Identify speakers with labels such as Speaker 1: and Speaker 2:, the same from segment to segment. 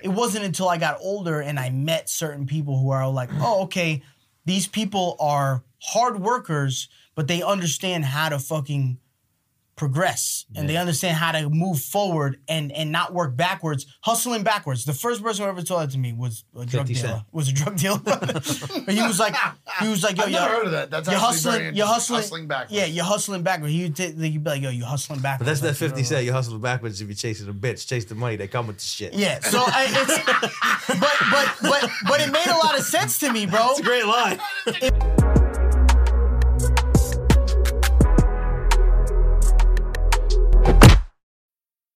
Speaker 1: it wasn't until I got older and I met certain people who are like, oh, okay, these people are hard workers, but they understand how to fucking progress and they understand how to move forward and and not work backwards, hustling backwards. The first person who ever told that to me was a drug
Speaker 2: 50
Speaker 1: dealer.
Speaker 2: Cent.
Speaker 1: Was a drug dealer. and he was like, he was like, yo,
Speaker 3: I've
Speaker 1: yo,
Speaker 3: never heard of that. That's
Speaker 1: you're
Speaker 3: actually
Speaker 1: hustling,
Speaker 3: very
Speaker 1: you're
Speaker 3: interesting.
Speaker 1: hustling,
Speaker 3: Hustling backwards.
Speaker 1: Yeah, you're hustling backwards. He'd, t- he'd be like, yo, you're hustling
Speaker 2: But
Speaker 1: backwards.
Speaker 2: that's that
Speaker 1: Like,
Speaker 2: 50 cent. You hustle backwards if you're chasing a bitch. Chase the money. They come with the shit.
Speaker 1: Yeah, so I, it's but but but but it made a lot of sense to me, bro.
Speaker 2: It's a great line.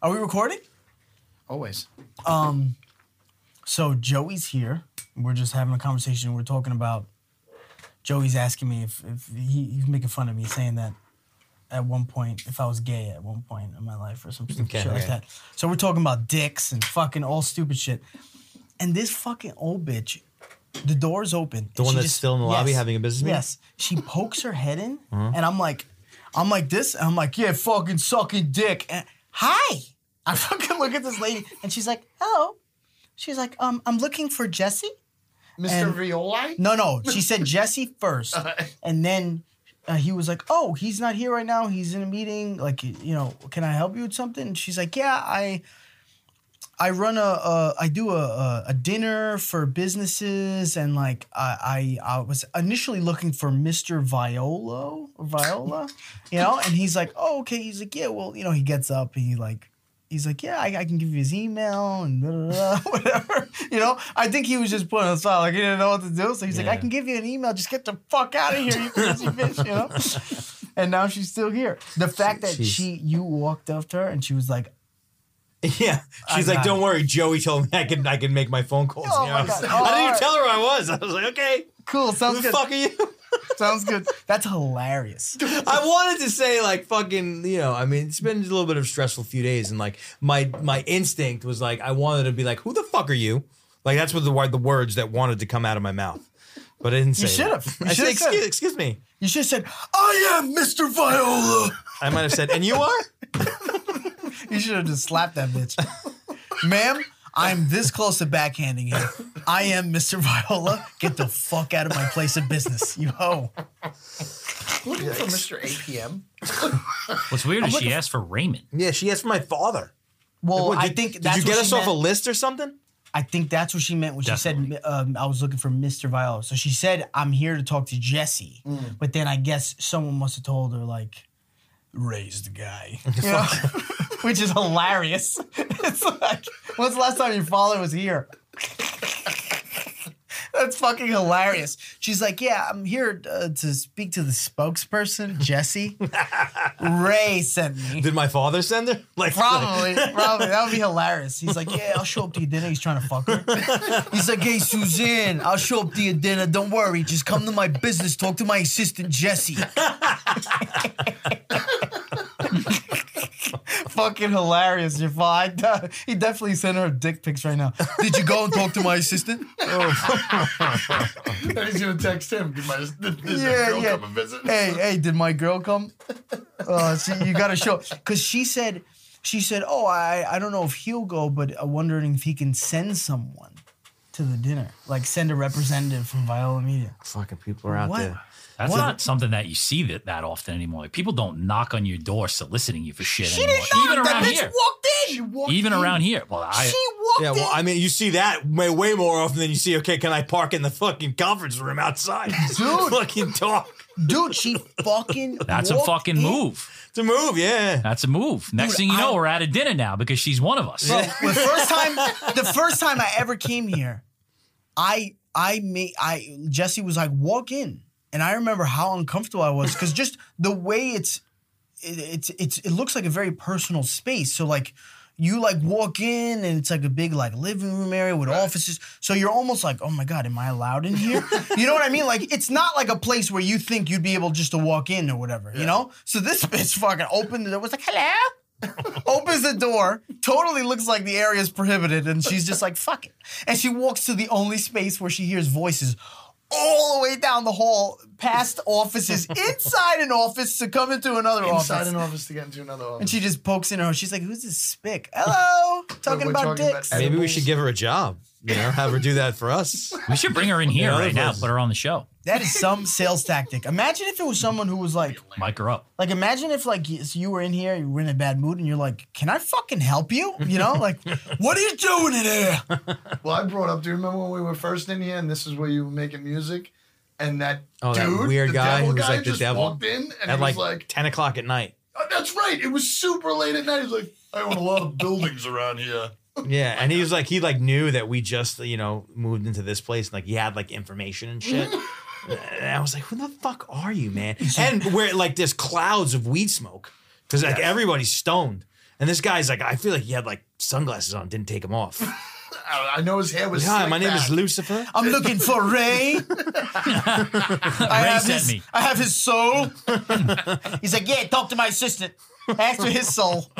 Speaker 1: Are we recording?
Speaker 3: Always.
Speaker 1: So Joey's here. We're just having a conversation. We're talking about Joey's asking me if, if he, he's making fun of me saying that at one point if I was gay at one point in my life or some stupid
Speaker 2: Okay,
Speaker 1: shit like
Speaker 2: okay.
Speaker 1: that. So we're talking about dicks and fucking all stupid shit. And this fucking old bitch, the door's open. The
Speaker 2: one that's still in the lobby having a business meeting? Uh-huh.
Speaker 1: Yes. She pokes her head in and I'm like, I'm like this, and I'm like, yeah, fucking sucking dick. And, Hi. I fucking look at this lady and she's like, hello. She's like, um, I'm looking for Jesse.
Speaker 3: Mr.
Speaker 1: And-
Speaker 3: Rioli?
Speaker 1: No, no, she said Jesse first, and then uh, he was like, "Oh, he's not here right now. He's in a meeting. Like, you know, can I help you with something?" And she's like, "Yeah, I, I run a, a I do a, a, a dinner for businesses, and like, I, I, I was initially looking for Mister Violo, Viola, you know." And he's like, "Oh, okay." He's like, "Yeah, well, you know." He gets up and he like he's like, yeah, I, I can give you his email and da, da, da, whatever. You know, I think he was just putting us out. Like he didn't know what to do, so he's like, I
Speaker 2: Yeah.
Speaker 1: can give you an email. Just get the fuck out of here, you crazy bitch. You know. And now she's still here. The fact that
Speaker 2: she's-
Speaker 1: she, you walked up to her and she was like,
Speaker 2: Yeah. She's
Speaker 1: I
Speaker 2: like,
Speaker 1: got
Speaker 2: don't worry. Joey told me I can I can make my phone calls.
Speaker 1: Oh
Speaker 2: now."
Speaker 1: my
Speaker 2: I, was-
Speaker 1: God.
Speaker 2: I didn't
Speaker 1: Oh,
Speaker 2: even tell her where I was. I was like, okay.
Speaker 1: "Cool,
Speaker 2: Who
Speaker 1: sounds
Speaker 2: the
Speaker 1: good.
Speaker 2: fuck are you?
Speaker 1: Sounds good. That's hilarious."
Speaker 2: I wanted to say like fucking, you know, I mean, it's been a little bit of a stressful few days, and like my my instinct was like I wanted to be like, who the fuck are you? Like that's what the word- the words that wanted to come out of my mouth, but I didn't say.
Speaker 1: You
Speaker 2: that.
Speaker 1: should've. You
Speaker 2: I said,
Speaker 1: should've said
Speaker 2: excuse,
Speaker 1: it."
Speaker 2: excuse me.
Speaker 1: You should have said, "I am Mr. Viola."
Speaker 2: I might have said, and you are.
Speaker 1: You should have just slapped that bitch. Ma'am, I'm this close to backhanding you. I am Mr. Viola. Get the fuck out of my place of business, you hoe.
Speaker 3: Looking for Mr. APM.
Speaker 4: What's weird is she asked for Raymond.
Speaker 2: Yeah, she asked for my father.
Speaker 1: Well,
Speaker 2: What,
Speaker 1: I
Speaker 2: did-
Speaker 1: think
Speaker 2: did
Speaker 1: that's
Speaker 2: you get
Speaker 1: what
Speaker 2: us
Speaker 1: she
Speaker 2: off a
Speaker 1: meant.
Speaker 2: list or something?
Speaker 1: I think that's what she meant when she
Speaker 4: Definitely.
Speaker 1: said um, I was looking for Mr. Viola. So she said I'm here to talk to Jesse,
Speaker 2: Mm.
Speaker 1: but then I guess someone must have told her like raise the guy, You know? which is hilarious. It's like when's the last time your father was here? That's fucking hilarious. She's like, yeah, I'm here uh, to speak to the spokesperson, Jesse. Ray sent me.
Speaker 2: Did my father send her? Like
Speaker 1: Probably, probably. That would be hilarious. He's like, yeah, I'll show up to your dinner. He's trying to fuck her. He's like, hey, Suzanne, I'll show up to your dinner. Don't worry. Just come to my business. Talk to my assistant, Jesse. Fucking hilarious, your father. He definitely sent her a dick pics right now. Did you go and talk to my assistant?
Speaker 3: And he's going to text him. Did my, did,
Speaker 1: Yeah,
Speaker 3: did that girl
Speaker 1: yeah.
Speaker 3: come and visit?
Speaker 1: hey, hey, did my girl come? Uh, see, you got to show because she said, she said, oh, I, I don't know if he'll go, but I'm wondering if he can send someone to the dinner, like send a representative from Viola Media.
Speaker 2: fucking people are out
Speaker 1: What?
Speaker 2: there.
Speaker 4: That's
Speaker 1: What?
Speaker 4: not something that you see that, that often anymore. Like, people don't knock on your door soliciting you for shit anymore. Even
Speaker 1: that
Speaker 4: around
Speaker 1: bitch
Speaker 4: here.
Speaker 1: walked in. She walked.
Speaker 4: Even around here. Well, I
Speaker 1: She walked
Speaker 2: Yeah, well,
Speaker 1: in.
Speaker 2: I mean, you see that way, way more often than you see. Okay, can I park in the fucking conference room outside?
Speaker 1: Dude.
Speaker 2: fucking talk.
Speaker 1: dude, she fucking.
Speaker 4: that's a
Speaker 1: walked
Speaker 4: fucking
Speaker 1: in.
Speaker 4: move.
Speaker 2: It's a move, yeah.
Speaker 4: That's a move. Next
Speaker 1: Dude,
Speaker 4: thing you know,
Speaker 1: I-
Speaker 4: we're at a dinner now because she's one of us.
Speaker 1: Bro, the first time, the first time I ever came here, I I made I Jesse was like walk in, and I remember how uncomfortable I was because just the way it's it, it's it's it looks like a very personal space. So like you like walk in and it's like a big like living room area with offices. So you're almost like, oh my god, am I allowed in here? you know what I mean? Like it's not like a place where you think you'd be able just to walk in or whatever. You know? So this bitch fucking opened the door. Was like, hello. Opens the door, totally looks like the area is prohibited, and she's just like, fuck it. And she walks to the only space where she hears voices all the way down the hall, past offices, inside an office to come into another
Speaker 3: Inside
Speaker 1: office.
Speaker 3: an office to get into another office.
Speaker 1: And she just pokes in her. She's like, "Who's this spick? Hello, talking
Speaker 3: we're
Speaker 1: about
Speaker 3: talking about
Speaker 1: dicks."
Speaker 3: edibles.
Speaker 2: Maybe we should give her a job. You know, have her do that for us.
Speaker 4: We should bring her in here
Speaker 2: Yeah,
Speaker 4: right
Speaker 2: that
Speaker 4: now.
Speaker 2: was-
Speaker 4: Put her on the show.
Speaker 1: that is some sales tactic. Imagine if it was someone who was like,
Speaker 4: Mic her up.
Speaker 1: like, imagine if like y- so you were in here, you were in a bad mood, and you're like, "Can I fucking help you?" You know, like, "What are you doing in here?"
Speaker 3: Well, I brought up. Do you remember when we were first in here and this is where you were making music, and that
Speaker 2: Oh, that
Speaker 3: dude,
Speaker 2: weird
Speaker 3: the
Speaker 2: guy
Speaker 3: devil
Speaker 2: who was
Speaker 3: guy
Speaker 2: like the
Speaker 3: just
Speaker 2: devil.
Speaker 3: walked in and
Speaker 2: At
Speaker 3: he
Speaker 2: like,
Speaker 3: was like,
Speaker 2: ten o'clock at night.
Speaker 3: "Oh, "That's right, it was super late at night." He's like, "I own a lot of buildings around here."
Speaker 2: Yeah, and he was like, he like knew that we just you know moved into this place, and like he had like information and shit. and I was like, who the fuck are you, man? And we're like there's clouds of weed smoke because like everybody's stoned, and this guy's like, I feel like he had like sunglasses on, didn't take them off.
Speaker 3: I, I know his hair was.
Speaker 2: Hi,
Speaker 3: slicked
Speaker 2: my name
Speaker 3: back.
Speaker 2: is Lucifer.
Speaker 1: I'm looking for Ray. I
Speaker 4: Ray
Speaker 1: have
Speaker 4: sent
Speaker 1: his,
Speaker 4: me.
Speaker 1: I have his soul. He's like, yeah, talk to my assistant. Ask for his soul.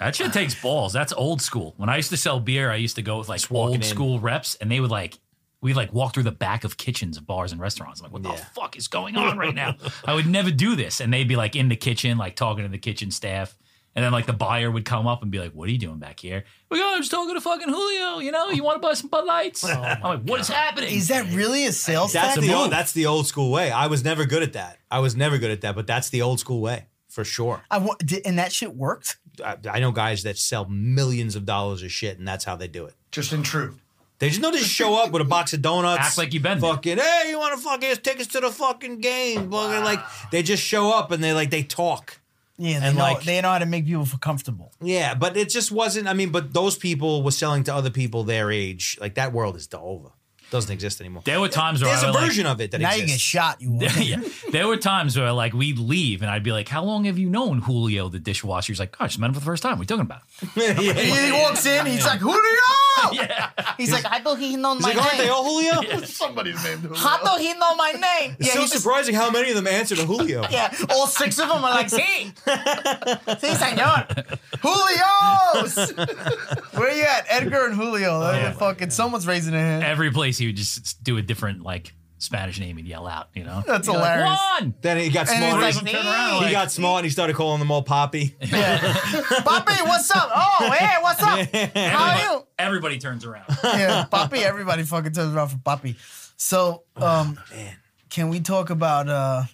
Speaker 4: That shit takes balls. That's old school. When I used to sell beer, I used to go with like
Speaker 2: walking
Speaker 4: old
Speaker 2: in.
Speaker 4: school reps, and they would like we like walk through the back of kitchens of bars and restaurants. I'm like, what the
Speaker 2: Yeah.
Speaker 4: fuck is going on right now? I would never do this, and they'd be like in the kitchen, like talking to the kitchen staff. And then, like, the buyer would come up and be like, What are you doing back here? We go, I'm just talking to fucking Julio. You know, you want to buy some Bud Lights?
Speaker 2: Oh
Speaker 4: I'm like, "What is happening?
Speaker 1: Is that really a sales
Speaker 2: That's
Speaker 1: tactic?
Speaker 2: the old, that's the old school way. I was never good at that. I was never good at that, but that's the old school way for sure.
Speaker 1: I wa- did, and that shit worked.
Speaker 2: I, I know guys that sell millions of dollars of shit, and that's how they do it.
Speaker 3: just intrude.
Speaker 2: They just know they just show up with a box of donuts.
Speaker 4: Act like you've been there.
Speaker 2: fucking. Hey, you want to fucking get tickets to the fucking game? Fucking Like they just show up and they like they talk.
Speaker 1: Yeah, they
Speaker 2: And,
Speaker 1: know
Speaker 2: like-
Speaker 1: they know how to make people feel comfortable.
Speaker 2: Yeah, but it just wasn't. I mean, but those people were selling to other people their age. Like that world is over. Doesn't exist anymore.
Speaker 4: There were times where
Speaker 2: There's
Speaker 4: I
Speaker 2: a
Speaker 4: would, like,
Speaker 2: version of it that
Speaker 1: Now you
Speaker 2: exists.
Speaker 1: get shot. You won't.
Speaker 4: yeah. There were times where like we'd leave and I'd be like, How long have you known Julio the dishwasher? He's like, Gosh, met him for the first time. What are you talking about?
Speaker 1: he,
Speaker 2: yeah.
Speaker 1: he walks in. He's like, "Who do you?" He's like, "I thought he know my
Speaker 2: Like, aren't they
Speaker 1: name.
Speaker 2: all Julio?
Speaker 3: Somebody's name.
Speaker 1: I thought he know my name."
Speaker 2: It's
Speaker 1: Yeah,
Speaker 2: so
Speaker 1: he just-
Speaker 2: surprising how many of them answered to Julio.
Speaker 1: Yeah, all six of them are like, "Sí, sí, señor, Julio's." Where you at, Edgar and Julio? They're
Speaker 4: Yeah.
Speaker 1: fucking someone's raising their hand.
Speaker 4: Every place he would just do a different like Spanish name and yell out, you know?
Speaker 1: That's
Speaker 4: He'd be like,
Speaker 1: hilarious.
Speaker 4: Juan!
Speaker 2: Then he got
Speaker 1: And
Speaker 2: smart.
Speaker 1: it's
Speaker 2: he
Speaker 1: like,
Speaker 4: turn around, like-
Speaker 2: got smart and he started calling them all Poppy.
Speaker 1: yeah. Papi, what's up? Oh, hey, what's up? How are you?
Speaker 4: Everybody turns around.
Speaker 1: yeah, Poppy. Everybody fucking turns around for Poppy. So,
Speaker 2: Oh,
Speaker 1: um, can we talk about uh,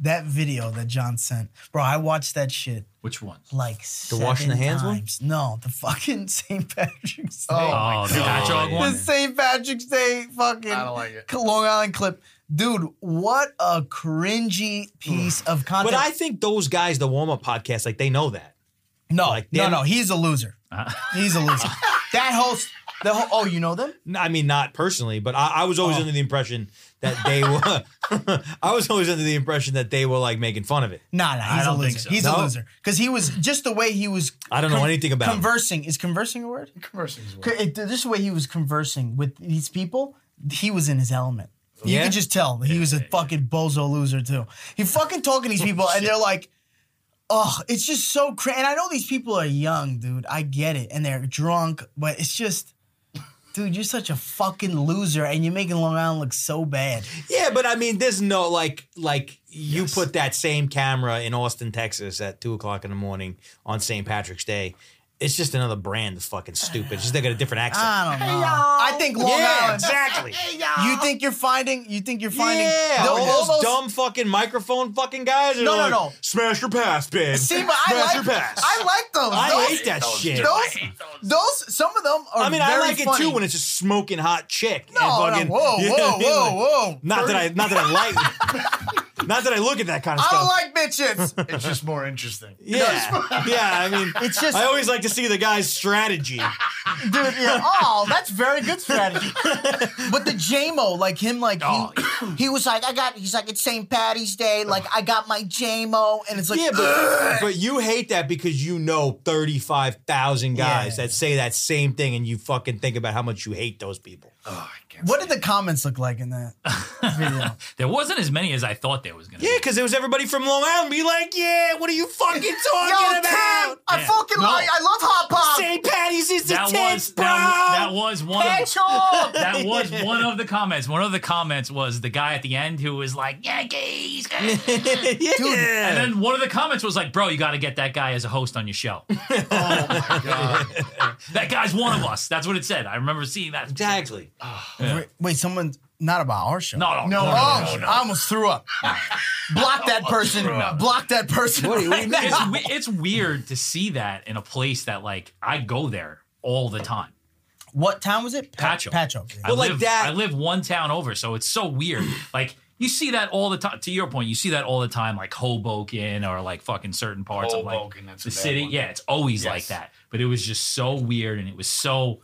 Speaker 1: that video that John sent, bro? I watched that shit
Speaker 4: Which one?
Speaker 1: like
Speaker 2: The
Speaker 1: seven
Speaker 2: washing the hands one?
Speaker 1: times. No, the fucking St. Patrick's Day.
Speaker 4: Oh, the hot dog
Speaker 1: the
Speaker 4: one.
Speaker 1: St. Patrick's Day fucking
Speaker 3: I don't like it.
Speaker 1: Long Island clip, dude. What a cringy piece of
Speaker 2: But
Speaker 1: content.
Speaker 2: I think those guys, the warm up podcast, like they know that.
Speaker 1: no,
Speaker 2: like, Uh.
Speaker 1: no,
Speaker 2: they're-
Speaker 1: no. He's a loser. He's a loser. that host. The whole, oh, you know them?
Speaker 2: I mean, not personally, but I, I was always under the impression that they were. I was always under the impression that they were like making fun of it.
Speaker 1: Nah, nah, he's a
Speaker 4: don't
Speaker 1: loser.
Speaker 4: think so.
Speaker 1: He's a
Speaker 2: No?
Speaker 1: loser because he was just the way he was.
Speaker 2: I don't know anything about him.
Speaker 1: conversing. Is conversing a word?
Speaker 3: Conversing as well.
Speaker 1: Co- It, this way he was conversing with these people. He was in his element. You
Speaker 2: Yeah?
Speaker 1: could just tell that he was a fucking bozo loser too. He fucking talking to these people, and they're like, "Oh, it's just so crazy." And I know these people are young, dude. I get it, and they're drunk, but it's just. Dude, you're such a fucking loser, and you're making Long Island look so bad.
Speaker 2: Yeah, but I mean, there's no like like you put that same camera in Austin, Texas, at two o'clock in the morning on St. Patrick's Day. It's just another brand of fucking stupid. It's just they got a different accent.
Speaker 1: I don't know. I think Ah, Long
Speaker 2: yeah,
Speaker 1: Island.
Speaker 2: exactly.
Speaker 1: You think you're finding? You think you're finding?
Speaker 2: yeah, Oh,
Speaker 1: tho-
Speaker 2: all those,
Speaker 1: all
Speaker 2: dumb fucking microphone fucking guys. Are
Speaker 1: No, no,
Speaker 2: like,
Speaker 1: no.
Speaker 2: Smash your pass, babe.
Speaker 1: See, but I
Speaker 2: Smash
Speaker 1: like.
Speaker 2: your pass.
Speaker 1: I like those.
Speaker 2: I
Speaker 1: those,
Speaker 2: hate that shit.
Speaker 1: Those, those, some of them are.
Speaker 2: I mean, I
Speaker 1: very
Speaker 2: like it
Speaker 1: funny.
Speaker 2: too when it's a smoking hot chick.
Speaker 1: No, no, whoa,
Speaker 2: you know
Speaker 1: whoa,
Speaker 2: what I mean?
Speaker 1: whoa,
Speaker 2: Like,
Speaker 1: whoa.
Speaker 2: Not that I, not that I like, not that I look at that kind of
Speaker 1: I
Speaker 2: stuff.
Speaker 1: don't like bitches.
Speaker 3: It's just more interesting.
Speaker 2: yeah, yeah. I mean,
Speaker 1: It's just-
Speaker 2: I always like to see the guy's strategy.
Speaker 1: Dude, yeah. Oh, that's very good strategy. But the JMO, like him, like he, he was like, I got. He's like, it's St. Patty's Day. Like, I got my JMO, and it's like,
Speaker 2: Yeah, but, but you hate that because you know 35,000 guys
Speaker 1: Yeah.
Speaker 2: that say that same thing and you fucking think about how much you hate those people.
Speaker 3: Oh, I can't.
Speaker 1: what did the comments look like in that video?
Speaker 4: There wasn't as many as I thought there was gonna
Speaker 2: Yeah,
Speaker 4: be.
Speaker 2: because it was everybody from Long Island be like, yeah, what are you fucking talking
Speaker 1: Yo, Tim,
Speaker 2: about?
Speaker 1: I
Speaker 4: Yeah.
Speaker 1: fucking
Speaker 4: No.
Speaker 1: like. I love hot pop.
Speaker 2: St. Patty's is the
Speaker 4: That
Speaker 2: 10th,
Speaker 4: was
Speaker 2: bro.
Speaker 4: that, that was one of
Speaker 1: Ketchup.
Speaker 4: that was one of the comments. One of the comments was the guy at the end who was like Yankees,
Speaker 2: yeah.
Speaker 4: and then one of the comments was like, "Bro, you got to get that guy as a host on your show.
Speaker 3: Oh my god.
Speaker 4: that guy's one of us." That's what it said. I remember seeing that.
Speaker 2: exactly.
Speaker 1: Wait, wait, someone not about our show.
Speaker 4: No, no,
Speaker 1: no,
Speaker 4: no,
Speaker 1: oh,
Speaker 4: no,
Speaker 1: I almost threw up. Block that person. Block that person.
Speaker 2: What do you- what do you mean?
Speaker 4: It's, we- it's weird to see that in a place that like I go there all the time.
Speaker 1: What town was it? Pa-
Speaker 4: Pacho.
Speaker 1: Pacho. yeah.
Speaker 4: I
Speaker 2: Well, like
Speaker 4: live,
Speaker 2: that-
Speaker 4: I live one town over, so it's so weird. like you see that all the time. To your point, you see that all the time, like Hoboken or like fucking certain parts of
Speaker 3: Hoboken,
Speaker 4: like
Speaker 3: that's a
Speaker 4: the
Speaker 3: bad
Speaker 4: city.
Speaker 3: one.
Speaker 4: Yeah, it's always
Speaker 3: Yes.
Speaker 4: like that. But it was just so weird, and it was so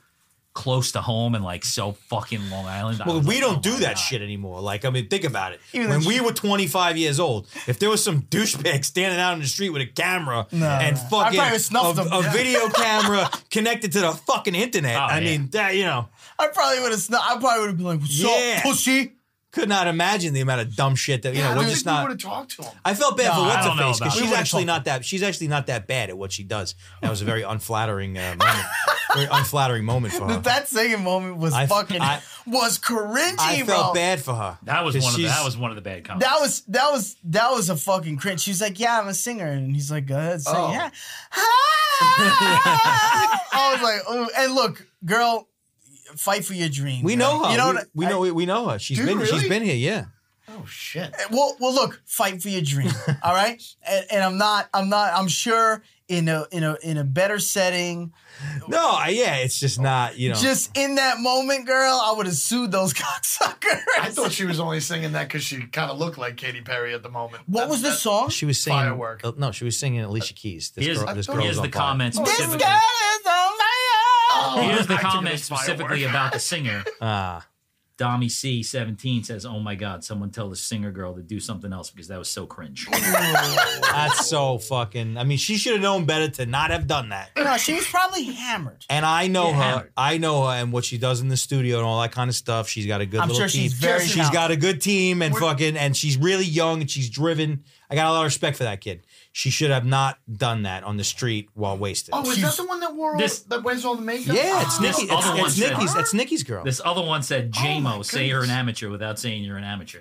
Speaker 4: close to home, and like so fucking Long Island. I
Speaker 2: Well,
Speaker 4: was
Speaker 2: we
Speaker 4: like, oh
Speaker 2: don't do
Speaker 4: my
Speaker 2: that
Speaker 4: God.
Speaker 2: shit anymore. Like, I mean, think about it.
Speaker 1: Even
Speaker 2: when
Speaker 1: though
Speaker 2: we were 25 years old, if there was some douchebag standing out in the street with a camera and
Speaker 1: no. I
Speaker 2: fucking
Speaker 1: probably snuffed
Speaker 2: a,
Speaker 1: him.
Speaker 2: a
Speaker 1: Yeah.
Speaker 2: video camera connected to the fucking internet,
Speaker 4: Oh,
Speaker 2: I
Speaker 4: yeah.
Speaker 2: mean, that, you know,
Speaker 1: I probably would have. Sn- I probably would have been like, "What's
Speaker 2: Yeah.
Speaker 1: up, pussy?"
Speaker 2: could not imagine the amount of dumb shit that you know.
Speaker 3: I
Speaker 2: We're
Speaker 3: don't
Speaker 2: just
Speaker 3: think we
Speaker 2: not.
Speaker 3: would have talked to him.
Speaker 2: I felt bad
Speaker 4: No,
Speaker 2: for
Speaker 4: I
Speaker 2: what's her
Speaker 4: don't know
Speaker 2: face because
Speaker 4: about it. We
Speaker 2: she's
Speaker 1: would've
Speaker 2: actually
Speaker 1: talked
Speaker 2: not that. She's actually not that bad at what she does. That was a very unflattering uh, moment. Very unflattering moment for her.
Speaker 1: That singing moment was
Speaker 2: I-
Speaker 1: fucking
Speaker 2: I-
Speaker 1: was cringy,
Speaker 2: I
Speaker 1: bro.
Speaker 2: felt bad for her.
Speaker 4: That was
Speaker 2: 'Cause
Speaker 4: one of the,
Speaker 2: she's-
Speaker 4: that was one of the bad comments.
Speaker 1: That was that was that was a fucking cringe. She was like, "Yeah, I'm a singer," and he's like, "Go ahead, sing."
Speaker 3: Oh.
Speaker 1: Yeah. I was like, "Oh," and look, girl, fight for your dream.
Speaker 2: We
Speaker 1: bro.
Speaker 2: know her.
Speaker 1: You know
Speaker 2: we,
Speaker 1: what?
Speaker 2: we know we, we know her. She's
Speaker 3: Do you
Speaker 2: been she's
Speaker 3: really?
Speaker 2: been here. Yeah.
Speaker 3: Oh shit.
Speaker 1: well, well, look, fight for your dream. all right, and, and I'm not, I'm not, I'm sure in a in a in a better setting,
Speaker 2: No, I, yeah, it's Oh. just not, you know.
Speaker 1: just in that moment, girl, I would have sued those cocksuckers.
Speaker 3: I thought she was only singing that because she kind of looked like Katy Perry at the moment.
Speaker 1: what
Speaker 3: That's-
Speaker 1: was the
Speaker 3: that's-
Speaker 1: song?
Speaker 2: she was singing
Speaker 3: Firework.
Speaker 2: uh, no, she was singing Alicia Keys. This
Speaker 4: Here's-
Speaker 2: girl, this girl was
Speaker 4: Here's the
Speaker 2: on fire.
Speaker 4: comment
Speaker 1: this girl
Speaker 4: specifically.
Speaker 1: is on fire.
Speaker 3: Oh,
Speaker 4: Here's the
Speaker 3: I took it
Speaker 4: comment
Speaker 3: as firework.
Speaker 4: specifically about the singer.
Speaker 2: Ah,
Speaker 4: Dommy C17 says, Oh my God, someone tell the singer girl to do something else because that was so cringe.
Speaker 2: that's so fucking. I mean, she should have known better to not have done that.
Speaker 1: No, she was probably hammered.
Speaker 2: And I know
Speaker 4: Yeah,
Speaker 2: her.
Speaker 4: hammered.
Speaker 2: I know her and what she does in the studio and all that kind of stuff. She's got a good
Speaker 1: I'm
Speaker 2: little
Speaker 1: sure
Speaker 2: team.
Speaker 1: she's very
Speaker 2: She's
Speaker 1: talented.
Speaker 2: got a good team and fucking and she's really young and she's driven. I got a lot of respect for that kid. She should have not done that on the street while wasted.
Speaker 3: Oh, is that the one that wore all,
Speaker 4: This-
Speaker 3: that wears all the makeup? Oh.
Speaker 2: yeah, it's Nikki.
Speaker 4: This
Speaker 2: It's,
Speaker 4: other
Speaker 2: it's
Speaker 4: one said-
Speaker 2: Nikki's. It's Nikki's girl.
Speaker 4: this other one said,
Speaker 3: my
Speaker 4: JMO, say you're an
Speaker 3: goodness.
Speaker 4: amateur without saying you're an amateur.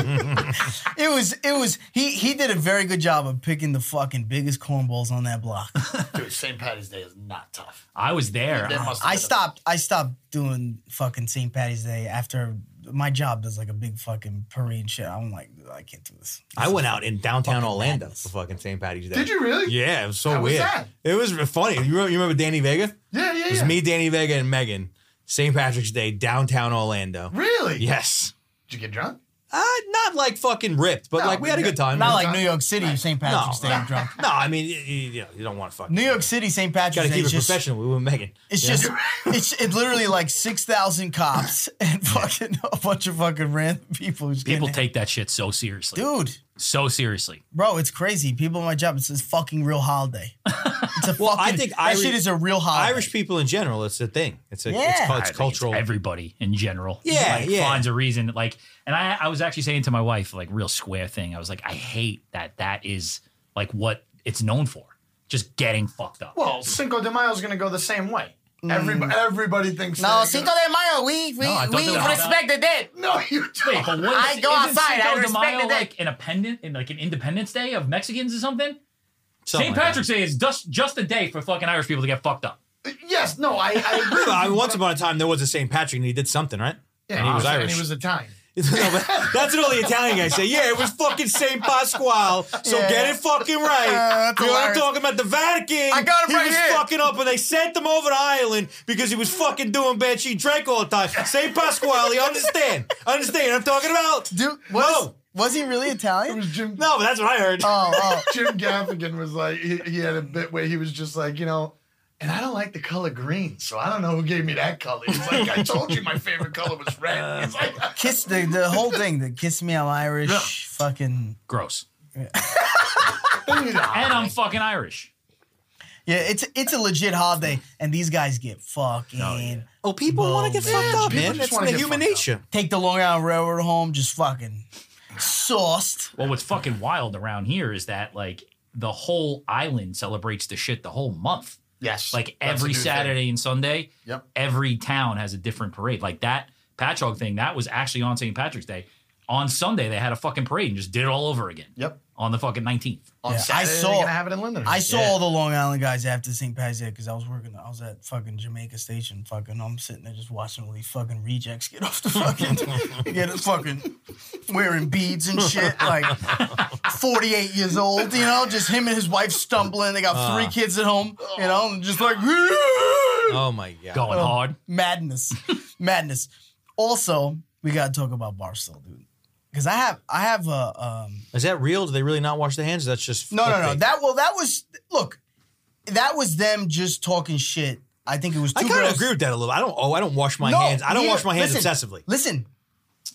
Speaker 1: It was, it was. He he did a very good job of picking the fucking biggest cornballs on that block.
Speaker 3: Dude, St. Patty's Day is not tough.
Speaker 4: I was there.
Speaker 3: That must have
Speaker 1: I
Speaker 3: been a-
Speaker 1: stopped. I stopped doing fucking St. Patty's Day after my job does like a big fucking parade and shit. I'm like, I can't do this.
Speaker 2: I went out in downtown Orlando
Speaker 1: madness.
Speaker 2: for fucking St. Patty's Day.
Speaker 3: Did you really?
Speaker 2: Yeah, it was so
Speaker 3: How was
Speaker 2: weird.
Speaker 3: that?
Speaker 2: It was funny. You remember, you remember Danny Vega? It
Speaker 3: Yeah, yeah, yeah.
Speaker 2: was me, Danny Vega, and Megan. St. Patrick's Day, downtown Orlando.
Speaker 3: Really?
Speaker 2: Yes.
Speaker 3: Did you get drunk?
Speaker 2: Uh, not like fucking ripped, but
Speaker 3: No,
Speaker 2: like we
Speaker 3: we
Speaker 2: had a
Speaker 3: got-
Speaker 2: good time.
Speaker 1: Not like New York City St. Patrick's
Speaker 2: No.
Speaker 1: Day. I'm drunk.
Speaker 2: no, I mean, you, you, know, you don't want to fucking.
Speaker 1: New York City St.
Speaker 2: Got
Speaker 1: Patrick's
Speaker 2: to
Speaker 1: Day.
Speaker 2: keep
Speaker 1: is
Speaker 2: it
Speaker 1: just-
Speaker 2: professional. We were Megan.
Speaker 1: It's
Speaker 2: Yeah.
Speaker 1: just it's it's literally like six thousand cops and fucking a bunch of fucking random people. Who's
Speaker 4: People
Speaker 1: getting-
Speaker 4: take that shit so seriously.
Speaker 1: dude,
Speaker 4: So seriously.
Speaker 1: bro, it's crazy. People at my job, it's this fucking real holiday. It's a fucking.
Speaker 2: I think
Speaker 1: that
Speaker 2: Irish-
Speaker 1: shit is a real holiday.
Speaker 2: Irish people in general. It's a thing. It's a.
Speaker 1: Yeah.
Speaker 2: It's, called,
Speaker 4: I
Speaker 2: it's
Speaker 4: think
Speaker 2: cultural.
Speaker 4: everybody in general.
Speaker 2: Yeah,
Speaker 4: like,
Speaker 2: yeah.
Speaker 4: Finds a reason. Like, and I, I was actually saying to my wife, like, real square thing. I was like, I hate that that is like what it's known for. Just getting fucked up.
Speaker 3: Well, Cinco de Mayo is going to go the same way. Everybody, everybody thinks.
Speaker 1: No,
Speaker 3: they're
Speaker 1: Cinco
Speaker 3: gonna-
Speaker 1: de Mayo. We we,
Speaker 4: No, I thought
Speaker 1: we
Speaker 4: they were-
Speaker 1: respect the dead.
Speaker 3: No, you
Speaker 4: Wait, but
Speaker 3: don't.
Speaker 4: what
Speaker 1: I
Speaker 4: is-
Speaker 1: go
Speaker 4: isn't
Speaker 1: outside,
Speaker 4: Cinco
Speaker 1: I
Speaker 4: de
Speaker 1: respect
Speaker 4: Mayo,
Speaker 1: the day.
Speaker 4: like an appendant, in like an Independence Day of Mexicans or something.
Speaker 2: something
Speaker 4: St.
Speaker 2: like that.
Speaker 4: Patrick's Day is just just a day for fucking Irish people to get fucked up.
Speaker 3: Yes, no, I. I agree.
Speaker 2: I mean, once upon a time there was a St. Patrick and he did something, right?
Speaker 3: yeah,
Speaker 2: and he was Irish.
Speaker 3: And he was Italian.
Speaker 2: No, but that's what all the Italian guys say. Yeah, it was fucking St. Pasquale. So
Speaker 1: Yeah.
Speaker 2: get it fucking right.
Speaker 1: Uh, that's
Speaker 2: you know what I'm
Speaker 1: hilarious.
Speaker 2: talking about? The Vatican.
Speaker 1: I got it
Speaker 2: he
Speaker 1: right
Speaker 2: was
Speaker 1: here.
Speaker 2: fucking up and they sent him over to Ireland because he was fucking doing bad shit. He drank all the time. St. Pasquale, you understand? Understand what I'm talking about?
Speaker 1: Dude, was
Speaker 2: No.
Speaker 1: was he really
Speaker 3: It
Speaker 1: Italian?
Speaker 3: was Jim.
Speaker 2: No, but that's what I heard.
Speaker 1: Oh, oh.
Speaker 3: Jim Gaffigan was like he, he had a bit where he was just like you know And I don't like the color green, so I don't know who gave me that color. He's like, I told you my favorite color was red. It's like,
Speaker 1: Kiss the, the whole thing. The kiss me, I'm Irish. Fucking
Speaker 4: Gross.
Speaker 3: you know,
Speaker 4: And I'm fucking Irish.
Speaker 1: yeah. It's it's a legit holiday, and these guys get fucking
Speaker 2: Oh, people want to get fucked up,
Speaker 3: people
Speaker 2: man.
Speaker 3: just
Speaker 2: That's
Speaker 3: wanna
Speaker 2: the
Speaker 3: get
Speaker 2: human
Speaker 3: fucked up.
Speaker 2: nature.
Speaker 1: take the Long Island Railroad home, just fucking sauced.
Speaker 4: Well, what's fucking wild around here is that like the whole island celebrates the shit the whole month.
Speaker 3: yes,
Speaker 4: Like
Speaker 3: That's a
Speaker 4: every
Speaker 3: new thing.
Speaker 4: Saturday and Sunday,
Speaker 3: Yep.
Speaker 4: every town has a different parade. Like that Patchogue thing, that was actually on St. Patrick's Day. On Sunday, they had a fucking parade and just did it all over again.
Speaker 3: Yep.
Speaker 4: On the fucking 19th.
Speaker 3: On
Speaker 1: Yeah, I
Speaker 3: Saturday,
Speaker 1: saw-
Speaker 3: they're gonna have it in Linden.
Speaker 1: I saw all the Long Island guys after St. Pat's Day because I was working. I was at fucking Jamaica Station. Fucking, I'm sitting there just watching all these fucking rejects get off the fucking, get fucking wearing beads and shit. Like 48 years old, you know, just him and his wife stumbling. They got three kids at home, you know, and just like
Speaker 2: Oh my god.
Speaker 4: Going hard.
Speaker 1: madness, madness. Also, we gotta talk about Barstool, dude, because I have I have a. Um,
Speaker 2: Is that real? Do they really not wash their hands? That's just
Speaker 1: no, no, no.
Speaker 2: clickbait.
Speaker 1: That well, that was look, that was them just talking shit. I think it was two
Speaker 2: I kind
Speaker 1: girls.
Speaker 2: of agree with that a little. I don't. Oh, I don't wash my
Speaker 1: No,
Speaker 2: hands. I don't
Speaker 1: here,
Speaker 2: wash my hands
Speaker 1: listen,
Speaker 2: obsessively.
Speaker 1: Listen,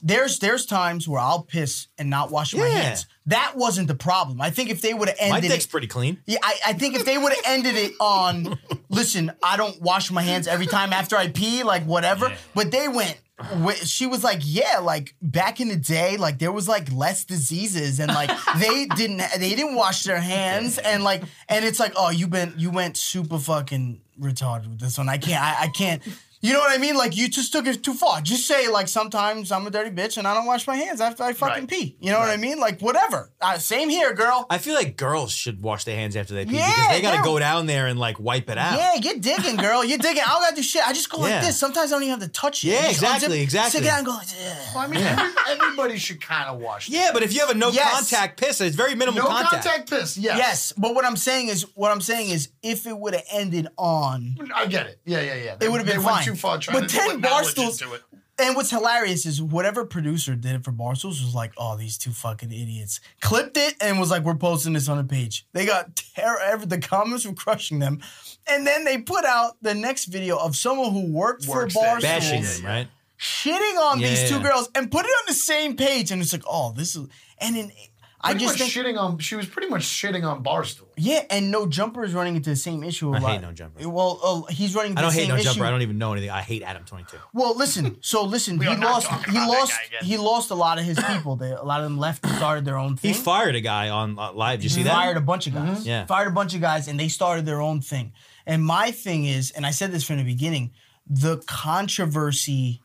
Speaker 1: there's there's times where I'll piss and not wash my
Speaker 2: Yeah.
Speaker 1: hands. That wasn't the problem. I think if they would have
Speaker 2: My
Speaker 1: ended
Speaker 2: dick's
Speaker 1: it,
Speaker 2: pretty clean.
Speaker 1: yeah, I, I think if they would have ended it on, listen, I don't wash my hands every time after I pee, like whatever.
Speaker 4: Yeah.
Speaker 1: But they went. wi- She was like, yeah, like back in the day, like there was like less diseases, and like they didn't, they didn't wash their hands, and like, and it's like, oh, you been, you went super fucking retarded with this one. I can't, I, I can't. You know what I mean? Like you just took it too far. Just say like sometimes I'm a dirty bitch and I don't wash my hands after I fucking
Speaker 3: Right.
Speaker 1: pee. You know what I mean? Like whatever. Uh, same here, girl.
Speaker 2: I feel like girls should wash their hands after they pee
Speaker 1: Yeah,
Speaker 2: because they got
Speaker 1: they're-
Speaker 2: to go down there and like wipe it out.
Speaker 1: Yeah, you're digging, girl. You're digging. I don't gotta do shit. I just go like
Speaker 2: Yeah.
Speaker 1: this. Sometimes I don't even have to touch it.
Speaker 2: Yeah,
Speaker 1: I just
Speaker 2: exactly,
Speaker 1: unzip-
Speaker 2: exactly.
Speaker 1: Stick it out and go. like, "Ugh."
Speaker 3: I mean, every- everybody should kind of wash.
Speaker 2: Yeah, but if you have a no
Speaker 1: Yes.
Speaker 2: contact piss, it's very minimal
Speaker 3: No contact, piss. Yes.
Speaker 1: Yes, but what I'm saying is, what I'm saying is, if it would have ended on,
Speaker 3: I get it. Yeah, yeah, yeah.
Speaker 1: It would've
Speaker 3: They
Speaker 1: been
Speaker 3: went
Speaker 1: fine.
Speaker 3: too far trying
Speaker 1: But
Speaker 3: to
Speaker 1: then
Speaker 3: put knowledge
Speaker 1: Barstool's-
Speaker 3: into it.
Speaker 1: and what's hilarious is whatever producer did it for Barstools was like, oh, these two fucking idiots clipped it and was like, we're posting this on a page. They got terror. ever- The comments were crushing them, and then they put out the next video of someone who worked
Speaker 3: Works
Speaker 1: for
Speaker 3: there.
Speaker 1: Barstools.
Speaker 2: Bashing
Speaker 3: Yeah,
Speaker 2: them,
Speaker 3: yeah.
Speaker 2: right?
Speaker 1: shitting on these two
Speaker 2: Yeah.
Speaker 1: girls and put it on the same page, and it's like, oh, this is. And then I
Speaker 3: Pretty
Speaker 1: just
Speaker 3: much
Speaker 1: think,
Speaker 3: shitting on. She was pretty much shitting on Barstool.
Speaker 1: yeah, and no jumper is running into the same issue. I
Speaker 2: hate No Jumper.
Speaker 1: Well, uh, he's running. Into
Speaker 2: I don't
Speaker 1: the
Speaker 2: hate
Speaker 1: same
Speaker 2: no
Speaker 1: issue.
Speaker 2: jumper. I don't even know anything. I hate Adam Twenty Two.
Speaker 1: Well, listen. So listen, he
Speaker 3: are not
Speaker 1: lost.
Speaker 3: talking
Speaker 1: He
Speaker 3: about that
Speaker 1: lost.
Speaker 3: guy again.
Speaker 1: He lost a lot of his people. They, a lot of them left, started their own
Speaker 2: He
Speaker 1: thing.
Speaker 2: fired a guy on uh, live. Did you see that?
Speaker 1: Mm-hmm. fired a bunch of guys.
Speaker 2: Yeah.
Speaker 1: Fired a bunch of guys and they started their own thing. And my thing is, and I said this from the beginning, the controversy,